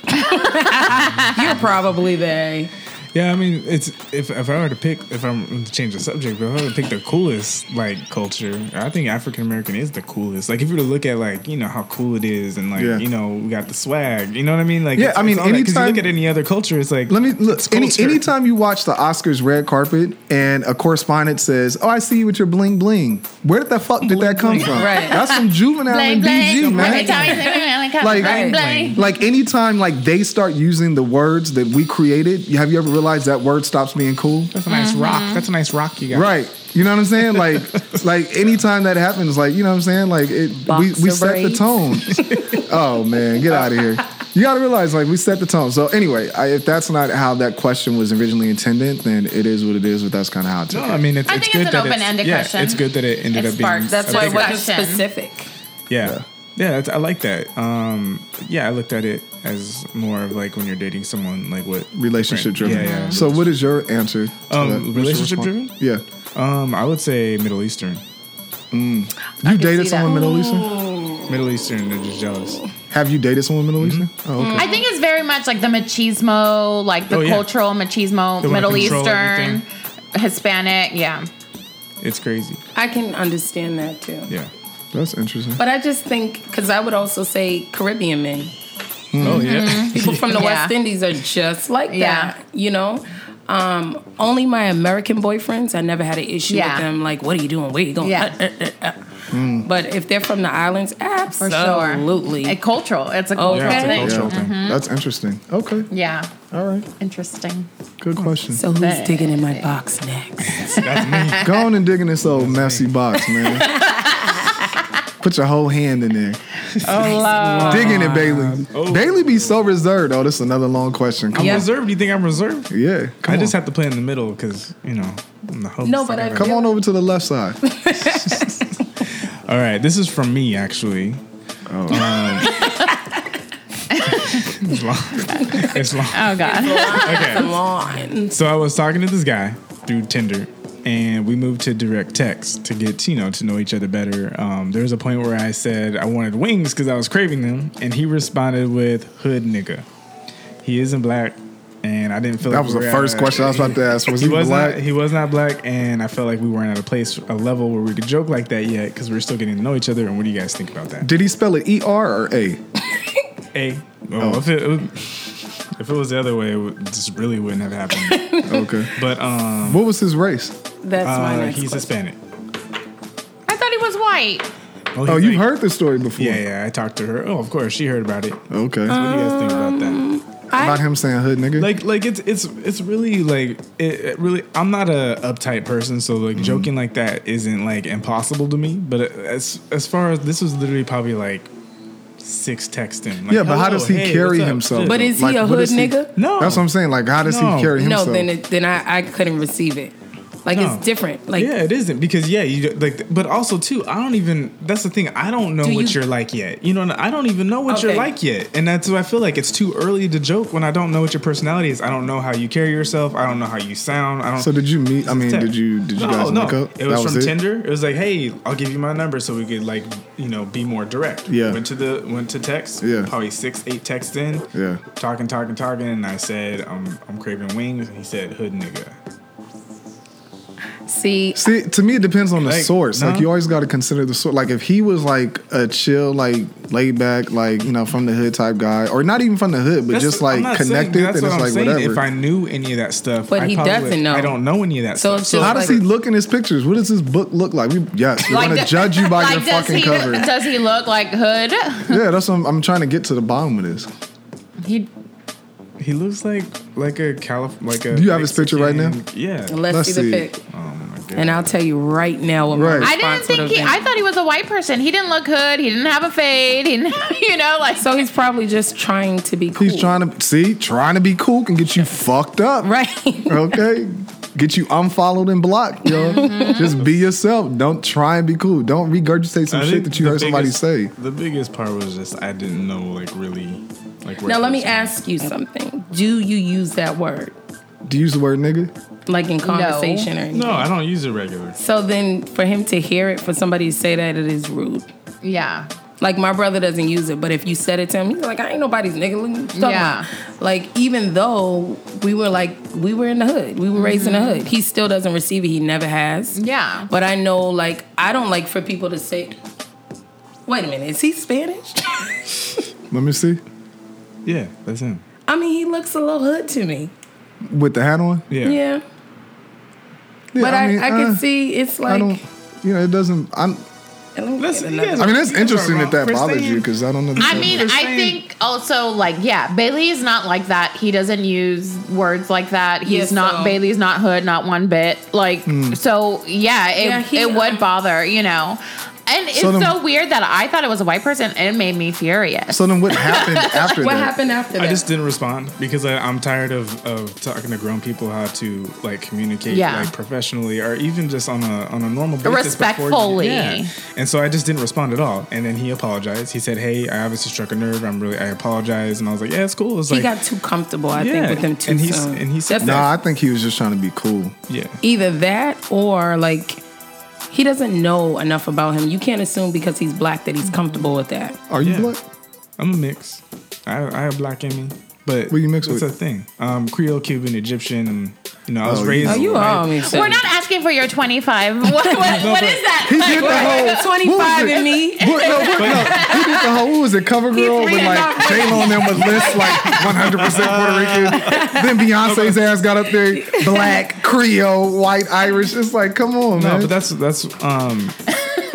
You're probably they. Yeah, I mean, it's if if I were to pick, if I'm to change the subject, but if I were to pick the coolest like culture, I think African American is the coolest. Like if you were to look at like you know how cool it is, and like Yeah. you know we got the swag. You know what I mean? Like Yeah, it's- I mean, it's all that, 'cause anytime- you look at any other culture, it's like Let me look. it's Any, culture. anytime you watch the Oscars red carpet and a correspondent says, "Oh, I see you with your bling bling," where the fuck did that come from? Right. That's from juvenile Blank, and DG, blank. man. Every time you say Like- blank, blank, Right. blank. Like anytime, like they start using the words that we created. Have you ever realized that word stops being cool? That's a nice Mm-hmm. rock. That's a nice rock you got. Right. You know what I'm saying? Like, like anytime that happens, like you know what I'm saying? Like it, we, we Boxer set the braids. tone. oh man, get out of here. You got to realize, like, we set the tone. So anyway, I, if that's not how that question was originally intended, then it is what it is. But that's kind of how it. No, I mean, it's, I it's think good it's an that open-ended yeah, question. It's good that it ended It up being. sparks That's a why it big wasn't Discussion. specific. Yeah. Yeah, that's, I like that. Um, yeah, I looked at it as more of like when you're dating someone, like what Relationship driven. Yeah, yeah. So, what is your answer? to Um, that? What's your relationship response? driven? Yeah. Um, I would say Middle Eastern. You dated see that. someone Middle Eastern? Middle Eastern, they're just jealous. Have you dated someone Middle Mm-hmm. Eastern? Oh, okay. I think it's very much like the machismo, like the Oh, yeah. cultural machismo, They wanna Middle control Eastern, everything. Hispanic. Yeah. It's crazy. I can understand that too. Yeah. That's interesting. But I just think, because I would also say Caribbean men. Oh yeah. People from the Yeah. West Indies are just like Yeah. that, you know? Um, only my American boyfriends, I never had an issue Yeah. with them. Like, what are you doing? Where you going? Uh, Yeah. But if they're from the islands, For sure. absolutely. A cultural. It's a Okay. cultural Yeah, it's a thing. cultural Yeah. Mm-hmm. thing. That's interesting. Okay. Yeah. All right. Interesting. Good question. Mm-hmm. So who's Thanks. digging in my box next? Go on and dig in this old messy box, man. Put your whole hand in there. Oh, Dig Um, in it, Bailey. oh. Bailey be so reserved. Oh, this is another long question. Come I'm Yeah. reserved. You think I'm reserved? on. Yeah. Come I just on. have to play in the middle because you know I'm the host. No, but I- Come on over to the left side. All right, this is from me actually. Oh. Um, it's long. It's long. Oh God. Okay. Come on. So I was talking to this guy through Tinder, and we moved to direct text to get you know to know each other better. Um, there was a point where I said I wanted wings because I was craving them, and he responded with "hood nigga." He isn't black, and I didn't feel That like was we the were first at a- question I was about to ask. Was he, was black? Not, he was not black, and I felt like we weren't at a place, a level where we could joke like that yet because we are still getting to know each other. And what do you guys think about that? Did he spell it E R or A? A. Well, Oh. If, it, if it was the other way, it would- this really wouldn't have happened. Okay. but um, What was his race? That's my uh, next he's question. Hispanic. I thought he was white. he's Oh, you've like- heard this story before. Yeah, yeah. I talked to her. Oh, of course, she heard about it. What Uh, Okay. do you guys think about Um, that? about him saying hood nigga? Like, like it's it's it's really like it, it really. I'm not a uptight person, so Mm-hmm. like joking like that isn't like impossible to me. But as as far as this was literally probably like six texting. Like, yeah, but how hello, does he hey, carry what's up? himself? But though? is he Like, a what hood is he- nigga? No, That's what I'm saying. Like, how does No. he carry No, himself? then it, then I, I couldn't receive it. Like No. it's different. Like yeah, it isn't because yeah, you like. But also too, I don't even. That's the thing. I don't know Do what you- you, are like yet. You know, I don't even know what you're Okay. like yet, and that's why I feel like it's too early to joke when I don't know what your personality is. I don't know how you carry yourself. I don't know how you sound. I don't. So did you meet? I mean, Tech. did you did you no, guys no. link up? It was that from was it. Tinder. It was like, hey, I'll give you my number so we could like, you know, be more direct. Yeah. Went to the went to text. Yeah. Probably six, eight texts in. Yeah. Talking, talking, talking, and I said, I'm I'm craving wings, and he said, hood nigga. see, See, to me, it depends on the Like, source. Like, no. you always got to consider the source. Like, if he was like a chill, like laid back, like you know, from the hood type guy, or not even from the hood, but That's- just I'm like not saying- connected, and that's it's what I'm like saying. whatever. If I knew any of that stuff, But I he probably doesn't would- know. I don't know any of that So stuff. it's just how does he like- look in his pictures? What does his book look like? We, yes, we're gonna the- judge you by like, your does fucking he, cover. Does he look like hood? yeah, that's what I'm, I'm trying to get to the bottom of this. He he looks like like a Calif, like a. Do you have his picture right now? Mexican- Yeah. let's, Let's see the see. pic. Oh my god. And I'll tell you right now what Right. my I didn't response would think have he. been. I thought he was a white person. He didn't look hood. He didn't have a fade. He didn't, you know, like so he's probably just trying to be cool. He's trying to see, trying to be cool can get you fucked up. right. Okay, get you unfollowed and blocked, yo. Just be yourself. Don't try and be cool. Don't regurgitate some I shit think that you the heard somebody biggest- say. The biggest part was just I didn't know like really like. Where Now to let me start. ask you something. Do you use that word Do you use the word nigga? like in conversation or anything? No, I don't use it regular. So then for him to hear it, for somebody to say that it is rude. Yeah. Like my brother doesn't use it, but if you said it to him, he's like, I ain't nobody's nigga. What you talking about?" Yeah. Like even though we were like we were in the hood, we were raised in the hood. He still doesn't receive it. He never has. Mm-hmm. Yeah. But I know like I don't like for people to say, wait a minute, is he Spanish? Let me see. Yeah, that's him. I mean, he looks a little hood to me. With the hat on? Yeah. Yeah. Yeah, But I, I, mean, can uh, see it's I like. don't. You know, it doesn't. I'm. and let me Listen, get you another- gotta- I mean, that's You guys are interesting that wrong. that First bothers thing- you because I don't understand. I mean, You're I saying- think also like yeah, Bailey is not like that. He doesn't use words like that. He's Yeah, not so- Bailey's not hood, not one bit. Like Hmm. so, yeah, it Yeah, he- uh, it would bother, you know. And it's So so, then- weird that I thought it was a white person, and it made me furious. so then, what happened after What that? happened after that? I just didn't respond because I, I'm tired of, of talking to grown people how to like communicate Yeah. like professionally or even just on a on a normal basis. Before Respectfully. you, yeah. And so I just didn't respond at all. And then he apologized. He said, "Hey, I obviously struck a nerve. I'm really I apologize." And I was like, "Yeah, it's cool." It's like he got too comfortable, I Yeah, think, with him too and he's- soon. and he said That's that. Nah, I think he was just trying to be cool. yeah. either that or like he doesn't know enough about him. You can't assume because he's black that he's comfortable with that. Are you Yeah. black? I'm a mix. I, I have black in me, but What you mix it's with? a thing. Um, Creole, Cuban, Egyptian, and you know I was Oh, raised. you- Oh, you I- are. I mean, so- We're not asking for your 25. What, what, what is that? He did what- the whole- Wait, What Oh, Twenty-five was it? and me. What, no, what, no. He did the whole, what was it, Cover Girl with reading like off- J Lo and them with lists like 100% Puerto Rican. Then Beyonce's ass got up there, black, Creole, white, Irish. It's like, come on, No, man. but that's that's um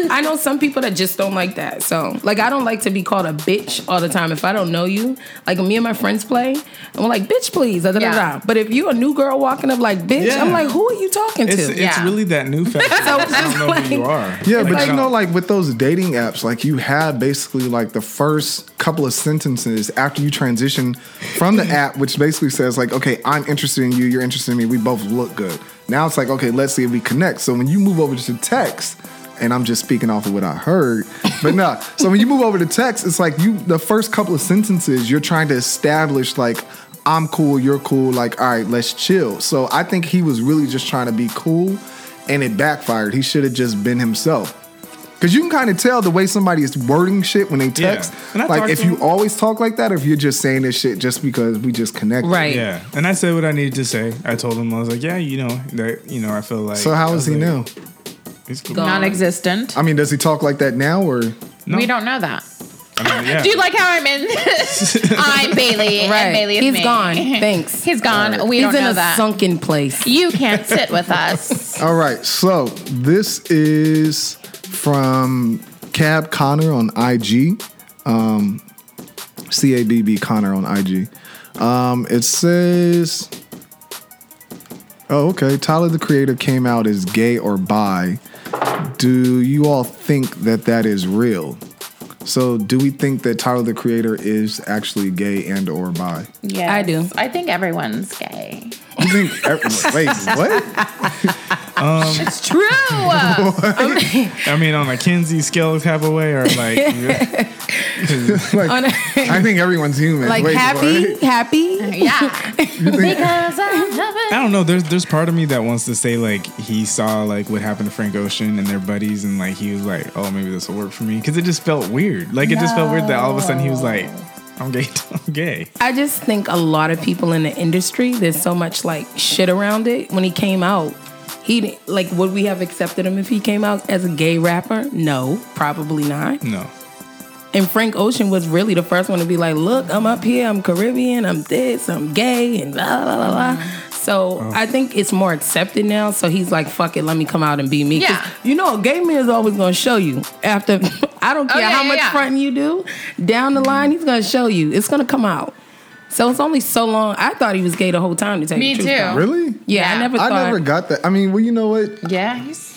I know some people that just don't like that. So, like, I don't like to be called a bitch all the time. If I don't know you, like, me and my friends play, and we're like, bitch, please. Da, da, da, Yeah. da. But if you're a new girl walking up like, bitch, Yeah. I'm like, who are you talking it's to? it's Yeah. really that new factor. So I it's don't know who you like- are. yeah, but I you don't- know, like with those dating apps, like you have basically like the first couple of sentences after you transition from the app, which basically says like, okay, I'm interested in you, you're interested in me, we both look good. Now it's like, okay, let's see if we connect. So when you move over to text, and I'm just speaking off of what I heard, but nah. So when you move over to text, it's like you the first couple of sentences you're trying to establish like. I'm cool, you're cool, like, all right, let's chill. So I think he was really just trying to be cool and it backfired. He should have just been himself. Because you can kind of tell the way somebody is wording shit when they text. And I Like talked if to you him. always talk like that, or if you're just saying this shit just because we just connected. Right. Yeah, and I said what I needed to say. I told him I was like, yeah, you know that you know I feel like. So how is he now? He's cool. Gone. Non-existent. I mean, does he talk like that now, or Uh, No. We don't know that. I mean, yeah. Do you like how I'm in? I'm Bailey, Right. and Bailey is He's me. gone. Thanks. He's gone. We he's don't in know a that. sunken place. you can't sit with us. All right, so this is from Cab Connor on IG. Um, C A B B Connor on IG. Um, it says, oh, okay. Tyler the Creator came out as gay or bi. Do you all think that that is real? So, do we think that Tyler the Creator is actually gay and or bi? Yeah, I do. I think everyone's gay. You think? ev- wait, what? Um, It's true. I mean, on a Kinsey scale type of way, or like, yeah. On a- I think everyone's human. like Wait, happy, what? happy. yeah, because I'm I don't heaven. know. There's there's part of me that wants to say like he saw like what happened to Frank Ocean and their buddies, and like he was like, oh, maybe this will work for me because it just felt weird. Like it just felt weird that all of a sudden he was like, I'm gay. I'm gay. I just think a lot of people in the industry, there's so much like shit around it. When he came out, he didn't- like would we have accepted him if he came out as a gay rapper? No, probably not. No. And Frank Ocean was really the first one to be like, "Look, I'm up here. I'm Caribbean. I'm this. I'm gay." And la la la la. Mm-hmm. So Oh. I think it's more accepted now. So he's like, "Fuck it, let me come out and be me." 'Cause Yeah. You know, a gay man is always gonna show you. After I don't care Oh, yeah, how yeah, much yeah. Mm-hmm. fronting you do, down the line he's gonna show you. It's gonna come out. So it's only so long. I thought he was gay the whole time. To tell Me you the truth, too. though. Really? Yeah, I Yeah. never. I thought, never got that. I mean, well, you know what? Yeah, he's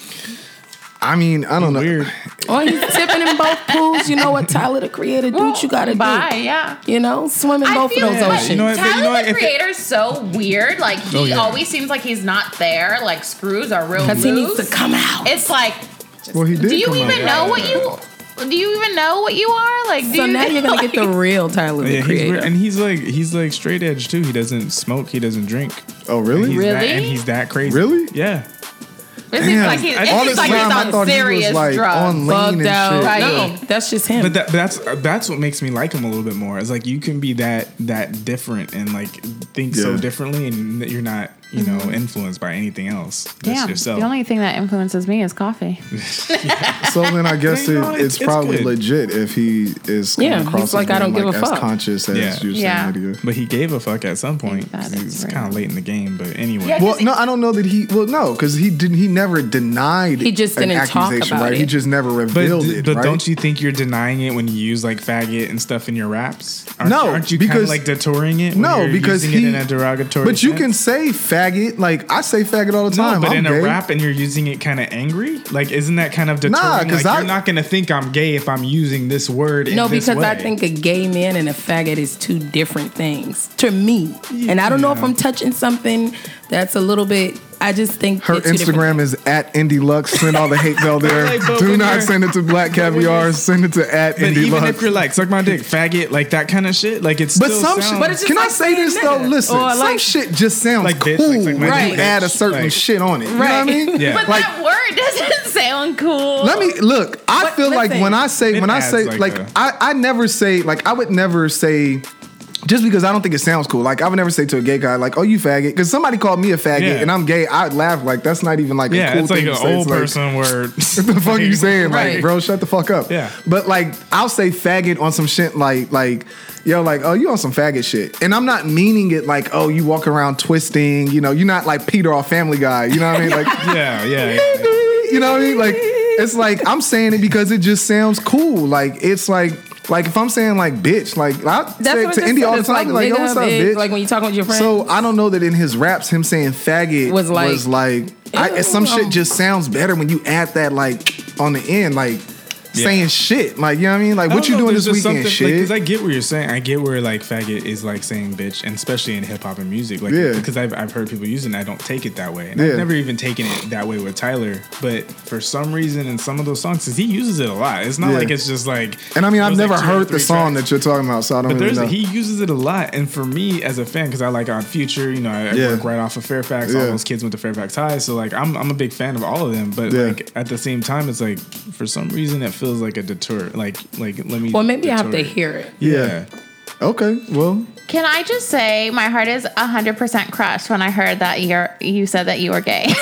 I mean, I don't know. Weird. Or he's tipping in both pools. You know what, Tyler the Creator, do what you gotta Bye, do. yeah. You know, swim in both of those like- oceans. You know what, Tyler you know what, the if it- creator's so weird. Like he Oh, yeah. always seems like he's not there. Like screws are real Because loose. he needs to come out. It's like, Well, he did. do you come out. even know what you? Do you even know what you are? Like, do so you, now you're gonna get the real Tyler the Yeah, he's Creator. weird. and he's like he's like straight edge too. He doesn't smoke. He doesn't drink. Oh, And really? he's that- Really? and he's that crazy. Really? Yeah. It seems Damn. like he's, it All seems this like he's time, I on thought he was, serious like, drugs. on lean Bugged and out. shit. Right. No, that's just him. But that, but that's uh, that's what makes me like him a little bit more. It's like you can be that that different and like think so Yeah. differently, and that you're not you know influenced by anything else. That's Damn, yourself. Mm-hmm. the only thing that influences me is coffee. So then I guess You it, know, it's- it's, it's probably good. legit if he is coming Yeah, he's across as like, I being, don't give a as fuck. conscious as Yeah. you're Yeah. saying that he is. but he gave a fuck at some point. that is It's right. kind of late in the game, but anyway. Yeah, Well, no, I don't know that he. Well, no, because he didn't. He never denied. He just an didn't talk accusation, about right? it. He just never But, revealed d- it. but right? don't you think you're denying it when you use like faggot and stuff in your raps? Aren't, No, aren't you kind of because- like detouring it? when No, you're because using he. it in a derogatory. but you sense? can say faggot. Like I say faggot all the No, time. but I'm in gay. a rap and you're using it kind of angry, like isn't that kind of deterring? Nah, 'cause like, I- you're not gonna think I'm gay if I'm using this word. in No, this because I way. think a gay man and a faggot is two different things to me. And I don't know if I'm touching something that's a little bit. I just think Her they're two different Instagram is at Indie Lux. Send all the hate mail there. Like, but Do when not you're- send it to Black Caviar. Send it to at But Indie even Lux. if you're like suck my dick, faggot, like that kind of shit, like it's But still some sounds, shit. But it's just can I like say this saying though? nigga. Listen, Or like- some shit just sounds Like bitch, like- cool like my when nigga you add a bitch, certain like- shit on it. You know what I Right. mean? Yeah. But Like- that word doesn't sound cool. Let me look. I But feel like listen. when I say It when I adds say like like, a- I I never say like I would never say. Just because I don't think it sounds cool, like I would never say to a gay guy, like "Oh, you faggot," because somebody called me a faggot Yeah. and I'm gay. I'd laugh, like that's not even like yeah, a cool it's like thing an to say. old It's like, person word. what the fuck are you saying? Right. Like, bro, shut the fuck up. Yeah. But like, I'll say faggot on some shit like like, yo, like, oh, you on some faggot shit. And I'm not meaning it like, oh, you walk around twisting, you know, you're not like Peter or family guy. You know what I mean? Like Yeah, yeah, yeah. you know what I mean? Like it's like I'm saying it because it just sounds cool. Like it's like like if I'm saying like bitch, like I That's what I say just to Indy all said. the It's time, like like, yo, nigga, what's up, bitch, bitch? like when you talking with your friends. So I don't know that in his raps, him saying faggot Was was like- like, I, Ew, some um, shit just sounds better when you add that like on the end, like Yeah. saying shit, like you know what I mean? Like I what don't you know, doing there's this just something- weekend, Like, shit? 'cause I get what you're saying. I get where like faggot is like saying bitch, and especially in hip hop and music. Like, Yeah. because I've, I've heard people use it, and I don't take it that way. And Yeah. I've never even taken it that way with Tyler. But for some reason, in some of those songs, 'cause he uses it a lot. It's not Yeah. like it's just like. and I mean, I've there's, like, never two or heard the three song tracks. that you're talking about, so I don't But even there's know. he uses it a lot, and for me as a fan, because I like Odd Future, you know, I, I Yeah. work right off of Fairfax. All Yeah. those kids went to Fairfax High, so like I'm I'm a big fan of all of them. But Yeah. like at the same time, it's like for some reason it feels like a deter. Like like let me. well, maybe I have deter to it. hear it. yeah. Okay. Well, Can I just say my heart is 100% crushed when I heard that you're, you said that you were gay.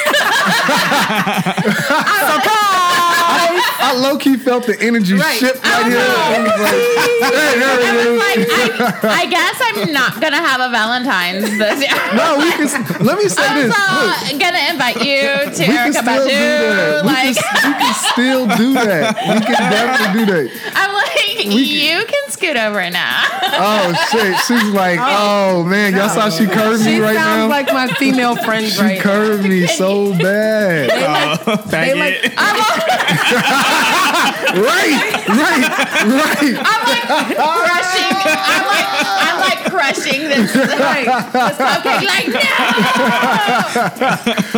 I low key felt the energy Right. shift I right here. Like, hey, there it is. like, I, I guess I'm not going to have a Valentine's this year. No, we can. Let me say I'm this. Look, also going to invite you to we can Erica still do Badu. Like, that. We can, we can still do that. We can definitely do that. I'm like, you can scoot over now. Oh shit! She's like, oh, man, y'all saw she curved me She right sounds now. like my female friends she right now. curved me so bad. Faggot. like- right, right, right. I'm like crushing. I'm like, I'm like crushing this. Like, this cupcake.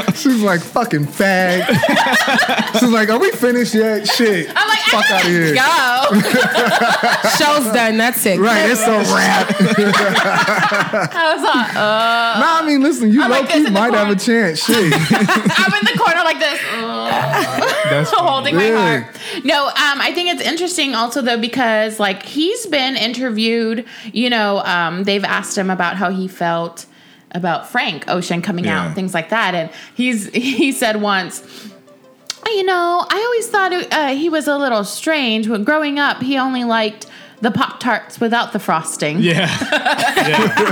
Like, no. She's like fucking fag. She's like, are we finished yet? Shit, I'm like, fuck out of here. I gotta go. Show's done. That's it. Right, it's a wrap. no, I was like, uh. I mean, listen, you I'm low like this key in the might have a corner. chance. Shit, I'm in the corner like this, uh, That's holding Yeah. my heart. No, um, I think it's interesting also though because like he's been interviewed. You know, um, they've asked him about how he felt about Frank Ocean coming out Yeah. and things like that, and he's he said once. You know, I always thought uh, he was a little strange. When growing up, he only liked the Pop Tarts without the frosting. yeah.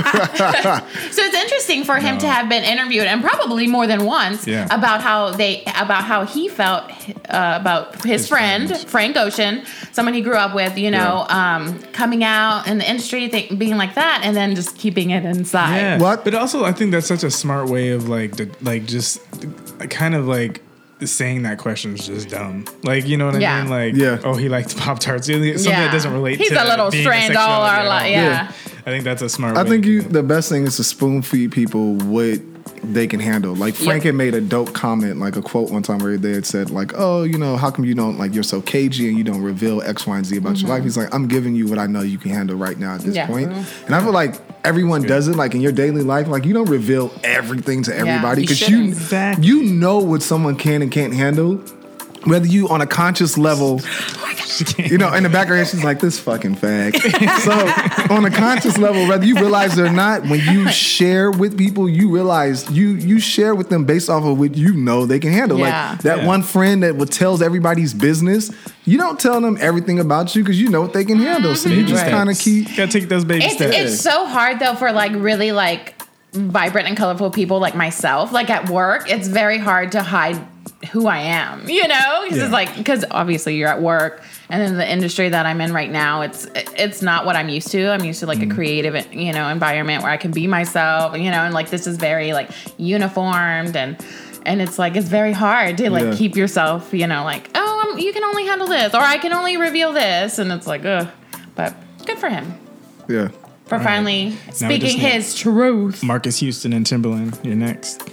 So it's interesting for him to have been interviewed and probably more than once Yeah. about how they about how he felt uh, about his, His friend friends. Frank Ocean, someone he grew up with, you know, um, coming out in the industry, th- being like that, and then just keeping it inside. Yeah. What? But also, I think that's such a smart way of like, de- like just uh, kind of like saying that question is just dumb. Like, you know what I Yeah. mean? Like, Yeah. oh, he likes Pop Tarts. Something Yeah. that doesn't relate He's to a little being strange all sexuality our at li- all. yeah. I think that's a smart I way think to you. do it. The best thing is to spoon feed people what they can handle. Like Frank had made a dope comment, like a quote one time where they had said, like, "Oh, you know, how come you don't like you're so cagey and you don't reveal X, Y, and Z about your life?" He's like, "I'm giving you what I know you can handle right now at this Mm-hmm. Yeah. Mm-hmm. point." And I feel like everyone does it. Like in your daily life, like you don't reveal everything to everybody you because you shouldn't. Exactly. you know what someone can and can't handle. Whether you on a conscious level you know, in the back of her head, she's like, this fucking fag. so, on a conscious level, whether you realize it or not, when you share with people, you realize you you share with them based off of what you know they can handle. Yeah. Like that Yeah. one friend that would tells everybody's business, you don't tell them everything about you because you know what they can handle. So, you just Mm-hmm. Right. kind of keep. Gotta take those baby It's steps. it's so hard though for like really like vibrant and colorful people like myself. Like at work, it's very hard to hide who I am. You know, because Yeah. it's like because obviously you're at work, and in the industry that I'm in right now, it's it's not what I'm used to. I'm used to like a creative you know environment where I can be myself. You know, and like this is very like uniformed and. And it's like it's very hard to like Yeah. keep yourself, you know, like oh, I'm, you can only handle this, or I can only reveal this, and it's like ugh. But good for him Yeah. for finally Now we just speaking need- his truth. Marcus Houston and Timberland, you're next.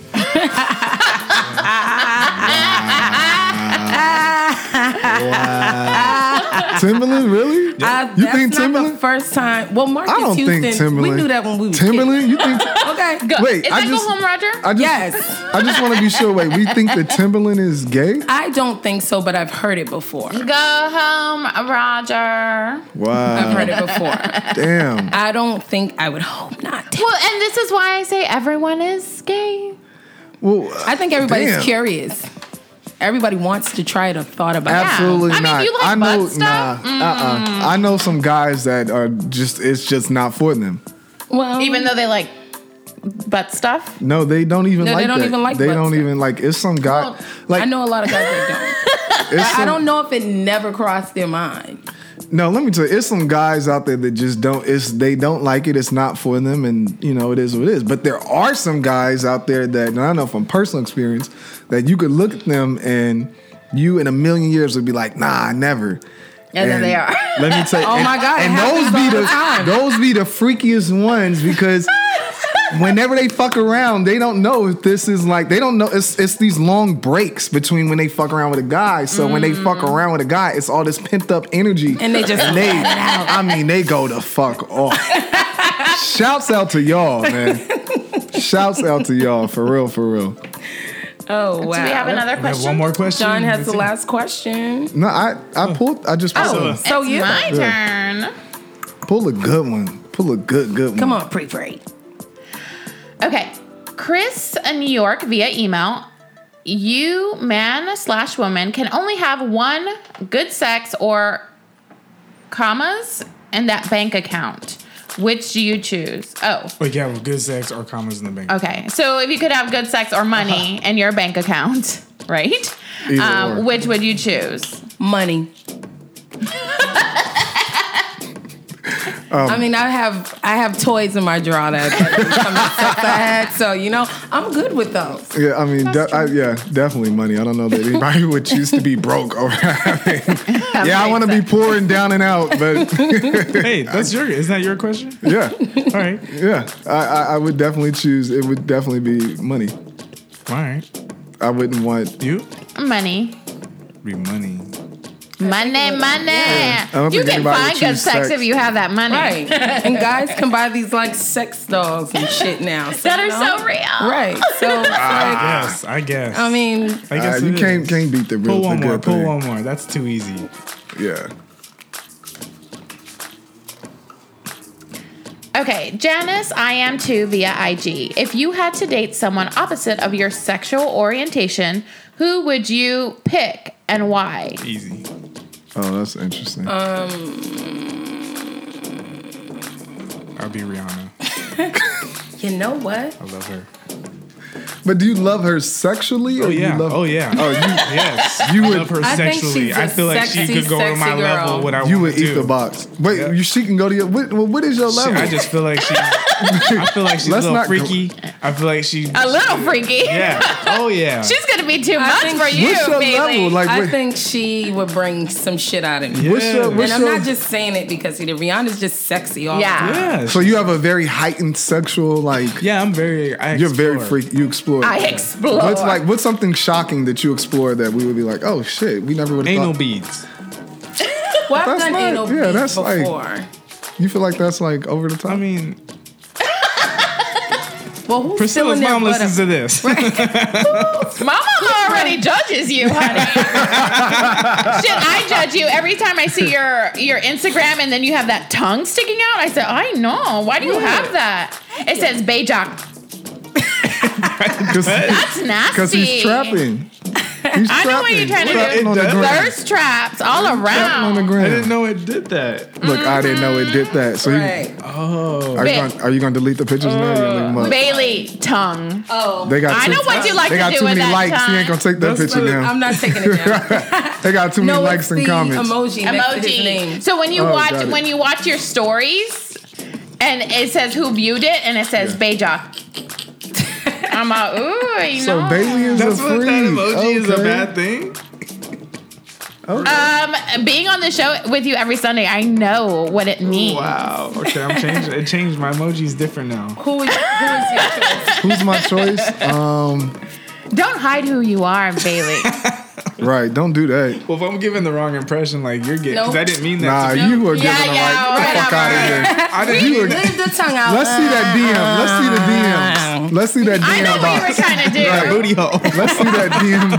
Timberland, really? I, You that's think not Timberland? the first time. Well, Marcus I don't Houston. think Timberland. We knew that when we were Timberland? You think. kids. Okay. Go. Wait, is I that just- go home, Roger? I just, Yes. I just want to be sure. Wait, we think that Timberland is gay? I don't think so, but I've heard it before. go home, Roger. I've Wow. heard it before. Damn. I don't think I would hope not. Well, and this is why I say everyone is gay. Well, I think everybody's Damn. curious. Everybody wants to try to thought about it. Absolutely I mean, not. if you like I know, butt stuff, nah, uh-uh. I know some guys that are just. It's just not for them. Well, Even though they like butt stuff. No, they don't even. No, they like don't that. even like They butt don't stuff. even like. It's some guy. Well, like I know a lot of guys that don't. it's I- I some- don't know if it never crossed their mind. No, let me tell you, it's some guys out there that just don't. It's they don't like it. It's not for them, and you know it is what it is. But there are some guys out there that, and I know from personal experience, that you could look at them and you in a million years would be like, nah, never. And then they are. Let me tell you. Oh and- my God, it And those happens all be the the, time. those be the freakiest ones because whenever they fuck around, they don't know if this is like they don't know. It's it's these long breaks between when they fuck around with a guy. So when they fuck around with a guy, it's all this pent up energy, Mm. And they just and they. I mean, they go the fuck off. Shouts out to y'all, man. Shouts out to y'all for real, for real. Oh wow. Do we have another We have question? one more question. John has That's the it. last question. No, I I pulled. I just pulled, Oh, So, it's so you- my turn. a, pulled a good one. Pull a good, good one. Come on, pre pray. Okay, Chris in New York via email. You man slash woman can only have one good sex or commas in that bank account. Which do you choose? Oh, But yeah, well, good sex or commas in the bank. Okay, so if you could have good sex or money in your bank account, right? Uh-huh. Either or. Um, which would you choose? Money. Um, I mean, I have I have toys in my drawer that some stuff I had, so you know I'm good with those. Yeah, I mean, de- I, yeah, definitely money. I don't know that anybody would choose to be broke or having. yeah, I want to be poor and down and out, but hey, that's your. Isn't that your question? yeah, All right. yeah, I, I, I would definitely choose. It would definitely be money. All right. I wouldn't want. You Money. be money. Money, money. don't You think can anybody find good would choose sex, sex. if you have that money. Right. And guys can buy these like sex dolls and shit now. So, That you are know? so real. Right. So it's like, Ah, Yes, I guess. I mean, I Uh, guess you it can't is. can't beat the real Pull the one good more. Pull thing. one more. That's too easy. Yeah, Okay, Janice, I am too via IG. If you had to date someone opposite of your sexual orientation, who would you pick and why? Easy. oh, that's interesting. Uh, I'll be Rihanna. you know what? I love her. but do you love her sexually? Or Oh yeah. You love, oh yeah. Oh, you yes. you I love would her I think sexually. she's I a feel like she sexy, could go to my sexy level. girl. What I you wanna would eat do. the box. Wait, Yeah. you she can go to your. What, well, what is your Shit, level? I just feel like she. I feel like she's Let's a little not go- freaky. I feel like she. A little freaky. yeah. Oh yeah. She's gonna be too much think for she- you, What's your Bailey. level? Like, I what- think she would bring some shit out of me. Yeah. what's your, And what's And I'm your- not just saying it because either Rihanna's just sexy all Yeah. the time. yeah. so you have a very heightened sexual like. yeah, I'm very. I You're very explore. freak. You explore. I explore. What's like? What's something shocking that you explored that we would be like, oh shit, we never would have Anal thought. beads. Well, I've That's done not- anal yeah, beads that's like- before. You feel like that's like over the top. I mean, well, who's Priscilla's filling their mom butt listens up? to this. Mama already judges you, honey. Shit, I judge you every time I see your your Instagram, and then you have that tongue sticking out. I said, I know. Why do you have that? It says Bayjock. That's nasty. because he's trapping. He's I know what you're trying to Well, do. it on the does. ground. Thirst traps all Trapping on the around. I ground. didn't know it did that. Look, I didn't know it did that. So you- uh, Right. Oh. are, you Ba- gonna, are you gonna delete the pictures now? You only must- Bailey tongue. Oh. They got. I too- know what you like They to got do too with many that likes. time. You ain't gonna take that That's picture the- down. I'm not taking it down. they got too many no, likes it's and the comments. emoji. Next to his name. emoji. So when you Oh, watch got it. when you watch your stories, and it says who viewed it, and it says Bayjock. I'm like, ooh, you So know. Bailey is That's a what freak. that emoji is a Okay. bad thing. Oh, um, being on the show with you every Sunday, I know what it means. Wow. Okay, I'm changing. It changed. My emoji's different now. who is, who is your choice? Who's my choice? Um, Don't hide who you are, Bailey. right. Don't do that. Well, if I'm giving the wrong impression, like you're getting, because I Nope. didn't mean Nah, that. to you were Yeah, giving them like yeah, get the right, fuck right. out of here. I didn't. You were- Leave the tongue out. Let's see that DM. Let's see the DM. Let's see that DM I know what you were box. trying to do. booty hole. Let's see that DM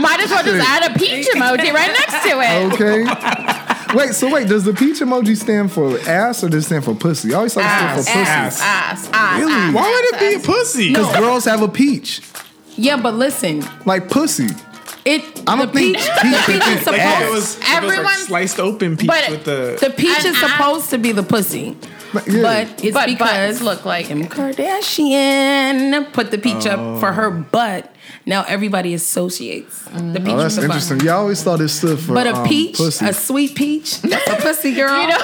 Might as well just add a peach emoji right next to it. Okay. Wait, so wait, does the peach emoji stand for ass or does it stand for pussy? I always thought it Ass, stood for pussy. ass, ass, Ah, ass, Really? ass, Why would it ass, be a ass. pussy? No. Because girls have a peach. Yeah, but listen, Like pussy. it. I the don't think peach, peach the is peach is like Like, if it supposed. was, if it was like Everyone- sliced open peach but with the. The peach is And I- supposed to be the pussy, Like, yeah. but it's Uh-huh. But because butts look like Kim Kardashian put the peach up for her butt. Now everybody associates the peach oh, with that's the interesting. butt. Yeah, I always thought it stood for But a um, peach, pussy. a sweet peach, that's a pussy girl. You know.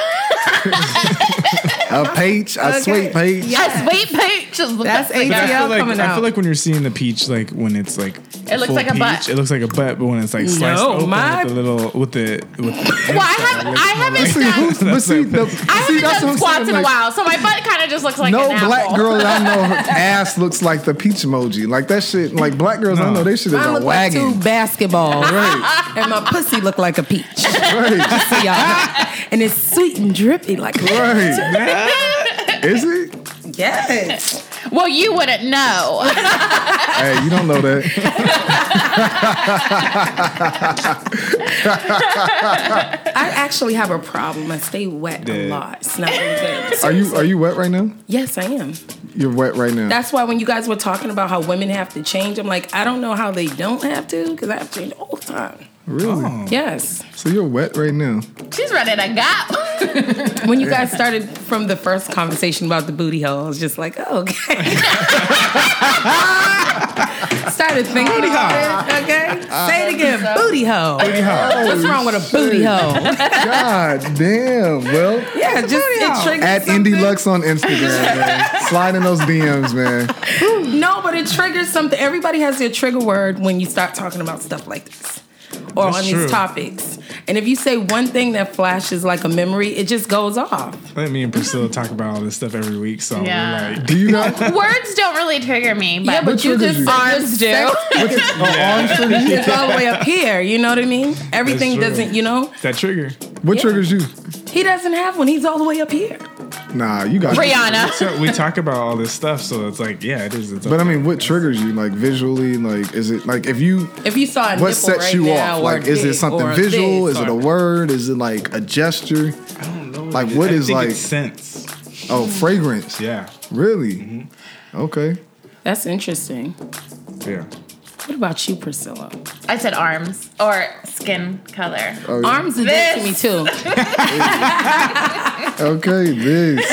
a peach, a Okay. sweet peach. Yeah. A sweet peach. That's like But I ATL feel like coming I out. feel like when you're seeing the peach, like when it's like It looks full like a peach, butt. It looks like a butt, but when it's like sliced No, open my- with the little with the. With the Well, I have I haven't See, who's, done but see, the, I see, haven't that's what done I'm squats saying, in a like, while, so my butt kind of just looks like no an black apple. girl I know her ass looks like the peach emoji. Like that shit. Like black girls I No. know they shit is I a look like two wagon. basketballs, Right. and my pussy look like a peach. right, See y'all? and it's sweet and drippy like a right. Is it? Yes. Well, you wouldn't know. Hey, you don't know that. I actually have a problem. I stay wet a Yeah. lot. It's not really good. Are you are you wet right now? Yes, I am. You're wet right now. That's why when you guys were talking about how women have to change, I'm like, I don't know how they don't have to because I have to change all the time. really? Oh. Yes. So you're wet right now. She's running a gap. When you guys started from the first conversation about the booty hole, I was just like, oh, okay. started thinking booty about it. Okay. Say it again. booty hole. What's wrong with a booty hole? God damn. Well, Yeah, just it triggers at something. Indie Lux on Instagram, man. Slide in those DMs, man. No, but it triggers something. Everybody has their trigger word when you start talking about stuff like this or That's on true. these topics. And if you say one thing that flashes like a memory, it just goes off. Let me and Priscilla talk about all this stuff every week, so Yeah. we're like, Do you not? Words don't really trigger me, but Yeah, but you triggers just you? Arms do. What's oh, arms trigger you? It's all the way up here. You know what I mean? Everything true. doesn't. You know, that trigger. What Yeah. triggers you? he doesn't have one. He's all the way up here. Nah, you got Brianna. So we talk about all this stuff, so it's like, yeah, it is. It's But I mean, what triggers you? Like visually, like is it like if you If you saw a what nipple sets right you now, off? or a Like is it dick or something a visual? this Is it or- a word? Is it like a gesture? I don't know. like, what I is, think like- it's sense? Oh, fragrance. Yeah, Mm-hmm. Really? Okay. That's interesting. yeah. What about you, Priscilla? I said arms or skin color. Oh, yeah. Arms are dead to me too. Okay. This.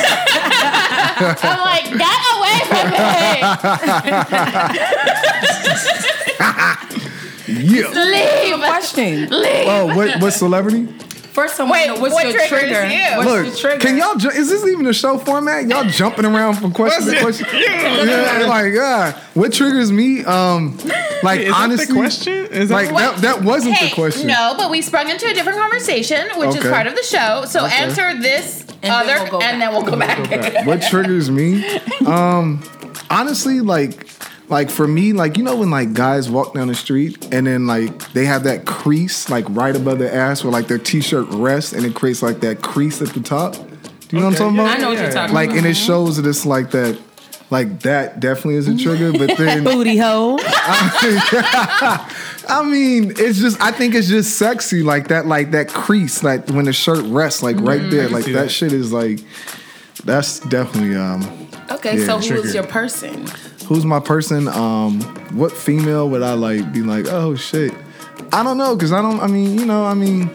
I'm like, get away from me! yeah. Leave! Question. Leave! Oh, what? What celebrity? First, I want to Wait, know what's what your triggers trigger. you? What's your trigger? Look, can y'all? Ju- is this even a show format? Y'all jumping around from question to question. yeah, like God. What triggers me? Um, like Is honestly, that the question? Is that like what? that, that wasn't Hey, the question. No, but we sprung into a different conversation, which is Okay. part of the show. So answer this then other, we'll go and then we'll go back. what triggers me um honestly like like for me like you know when like guys walk down the street and then like they have that crease like right above their ass where like their t-shirt rests and it creates like that crease at the top do you know what i'm Okay, talking yeah, I about know what you're talking like about. and it shows that it's like that like that definitely is a trigger but then booty hole. I mean, it's just I think it's just sexy like that, like that crease, like when the shirt rests, like right there, like Mm-hmm. see that, that. shit is like that's definitely um. Okay, Yeah, so who trigger. was your person? Who's my person? Um, what female would I like be like? Oh shit, I don't know, cause I don't. I mean, you know, I mean,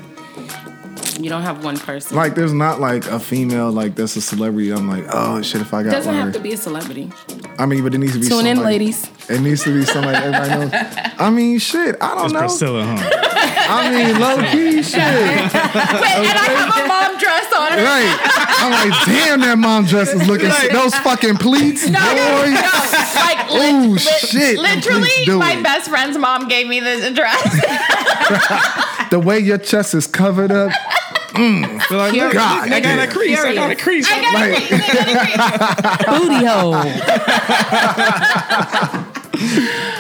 You don't have one person. like there's not like a female like that's a celebrity. I'm like, oh shit, if I got Doesn't one. have to be a celebrity. I mean, but it needs to be Tune in, somebody- ladies. It needs to be somebody everybody knows. I mean, shit, I don't It's know. Priscilla, huh? I mean, low key shit. Wait, and I have a mom dress on. and Right. I'm like, damn, that mom dress is looking those fucking pleats, boy. Like, Oh lit- lit- shit! Please literally, do my it. best friend's mom gave me this dress. The way your chest is covered up. They're like, look, God, I got a crease. I got a crease. I got a Right. crease, I got a crease. Booty hole.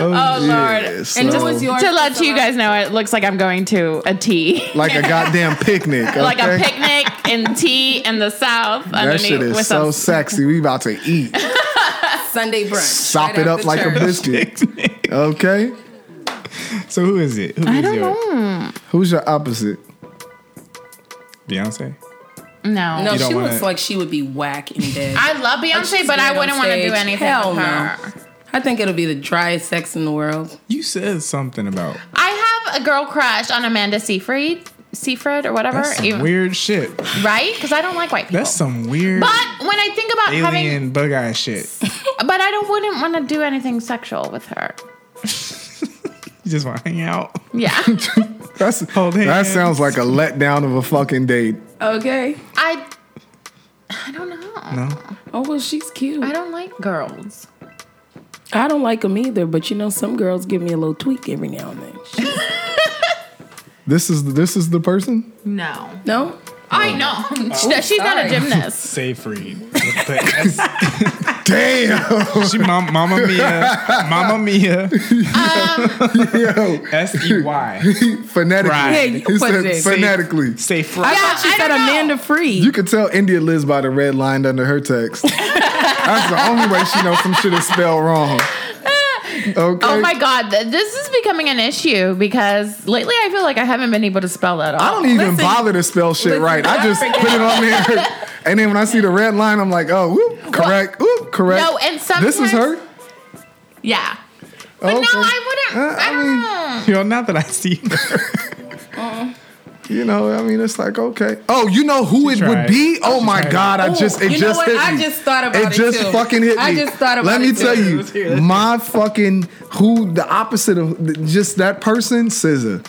Oh lord! Yeah, so, And who was yours? To let you guys know, it looks like I'm going to a tea, like a goddamn picnic. like a okay? picnic and tea in the south That underneath shit with is so some sexy. We about to eat. Sunday brunch. Sop right it up after like a church. biscuit. Okay? So who is it? Who is I don't your know. Who's your opposite? Beyonce? No, No, You don't she wanna- looks like she would be whack and dead. I, I love Beyonce, she's but I been wouldn't on want to do stage. anything Hell with no. her. think it'll be the driest sex in the world. You said something about I have a girl crush on Amanda Seyfried, Seyfried or whatever, that's some even- weird shit. right? Because I don't like white people. That's some weird but when I think about having, alien bug eye shit. but I don't wouldn't want to do anything sexual with her. You just want to hang out. Yeah, That's, Hold that hands. sounds like a letdown of a fucking date. Okay. I, I don't know. No, Oh well, she's cute. I don't like girls. I don't like them either, but you know, some girls give me a little tweak every now and then. This is this is the person? No, No? I know. She's not a sorry. gymnast. Seyfried. With the Damn. S. she mom, Mama Mia, Mama Mia, Yo. S E Y. Phonetically. Right. Yeah, you He said put it. phonetically. Say I fly. thought she I said don't know. Amanda Free. You could tell India lives by the red line under her text. That's the only way she knows some shit is spelled wrong. Okay. Oh my god, th- this is becoming an issue because lately I feel like I haven't been able to spell that I out. don't even Listen. bother to spell shit Listen, right. I I just forget. put it on there. And then when I see the red line, I'm like, oh, whoop, correct, whoop, correct. No, and This is her? sometimes- Yeah. But Okay. no, I wouldn't. Uh, I I don't mean- know. You know, not that I see. her. You know, I mean, it's like, okay. Oh, you know who it would tried. be? Oh my tried. God, I Ooh, just, it you know just what? hit I me. just thought about it, just too. fucking hit me. I just thought about Let me it, tell too. Let's hear it, you, let's my fucking, who, the opposite of, just that person, Scissor.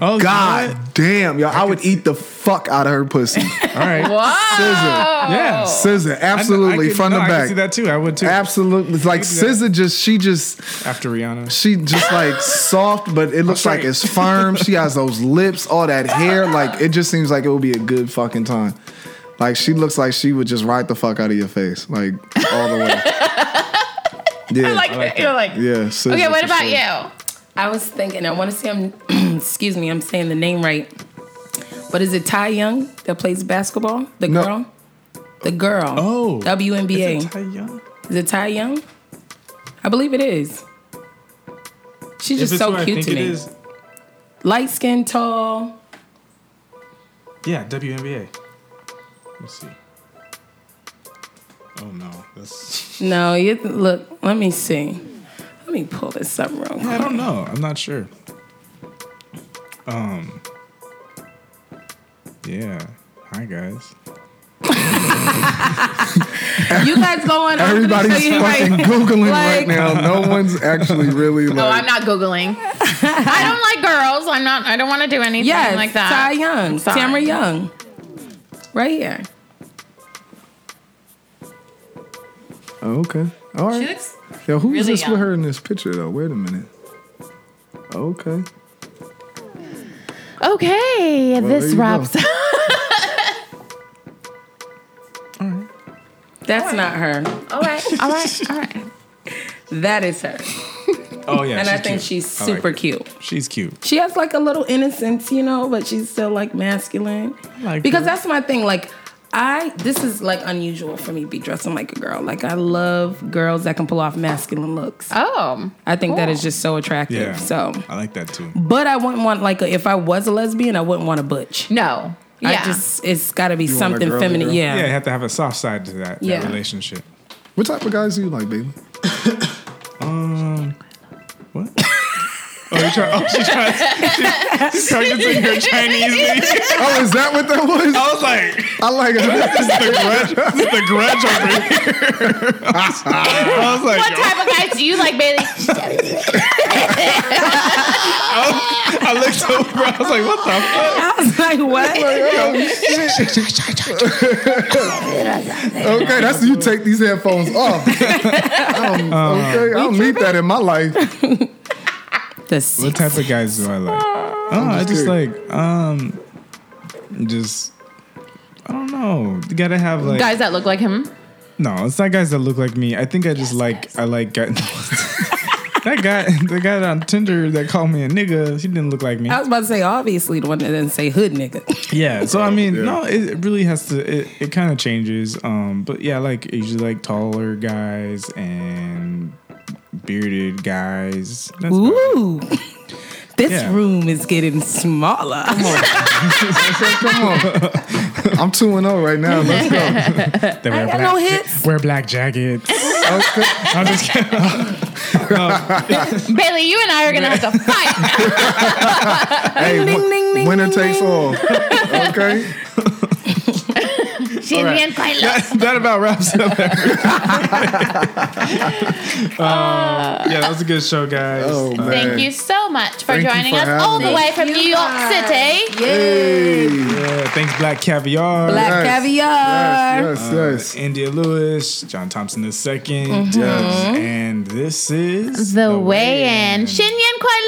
Oh God you know damn, y'all. I, would eat the fuck out of her pussy. what? All right. Whoa. Scissor. Yeah. Scissor, Oh. I- I absolutely, could- from no, the I could see back. that too. I would too. Absolutely. It's like could do that. Scissor just, she just, After Rihanna. she just like soft, but it looks sorry. like it's firm. She has those lips, all that hair. Like, it just seems like it would be a good fucking time. Like, she looks like she would just ride the fuck out of your face, like, all the way. Yeah. Like, you're like. yeah. Scissor, Okay, what for about sure. you? I was thinking, I want to see I'm excuse me, I'm saying the name right. But is it Ty Young that plays basketball? The No. girl? The girl. Oh. WNBA. Is it Ty Young? Is it Ty Young? I believe it is. She's If just it's who so I cute think to it me. is, Light skin, tall. Yeah, WNBA. Let's see. Oh no, that's No, you look. Let me see. Let me pull this up real I quick. don't know. I'm not sure. Um. Yeah. Hi guys. you guys go on. I'm gonna show Everybody's you right- fucking Googling like- right now. No one's actually really like. Oh, I'm not googling. I don't like girls. I'm not. I don't want to do anything Yes, like that. Ty Young, sorry. Tamara Young, right here. Oh, okay. All right. She looks. Yo, who is really this young. with her in this picture though? Wait a minute. Okay. Okay, there this you go. wraps up. That's not her. All right, all right, all right. That is her. Oh yeah, And I she's think cute. she's I like super her. cute. She's cute. She has like a little innocence, you know, but she's still like masculine. like because her. that's my thing. Like, I this is like unusual for me to be dressing like a girl. Like, I love girls that can pull off masculine looks. Oh, I think that cool. is just so attractive. Yeah. So, I like that too. but I wouldn't want like a, if I was a lesbian, I wouldn't want a butch. no. Yeah, I just it's got to be want a something girly feminine. girl? Yeah, you Yeah. have to have a soft side to that, that Yeah. relationship. What type of guys do you like, baby? Um, what? Oh, you're trying. Oh, she's trying. She's, she's trying to sing her Chinese name. Oh, is that what that was? I was like, I like it. Oh. the grudge. This is the grudge over here. I was like, What yo, type of guys do you like, Bailey? I looked over. I was like, what the fuck? I was like, what? Oh, shit. okay, that's you take these headphones Uh, off. I don't- okay, I don't need that in my life. The What sex- type of guys do I like? Oh, I just like um, just I don't know. You gotta have like guys that look like him. no, it's not guys that look like me. I think I just like I like guy- that guy. The guy on Tinder that called me a nigga, he didn't look like me. I was about to say, obviously, the one that didn't say hood nigga. Yeah. So I mean, Yeah. no, it it really has to. It, it kind of changes. Um, but yeah, like I usually like taller guys and bearded guys. That's about it. Ooh, this Yeah. room is getting smaller. Come on. I'm 2 and 0 right now. Let's go. They wear got black, no hits. Wear black jackets. Oh, I'm just kidding. Bailey, you and I are gonna have to fight. Hey, Ding, win- ding, ding, winner ding, takes ding. all. Okay? She's being quite low. that, that about wraps up. everything. um, yeah, that was a good show, guys. Uh, Oh, man. Thank you so much for Thank you joining for us all the having way us. from Thank New you, York guys. City. Hey. Yeah, thanks, Black Caviar, Black Yes. caviar. Uh, Yes, yes, yes. India Lewis, John Thompson II, Yes. and this is The way in. Shin Yin Kwai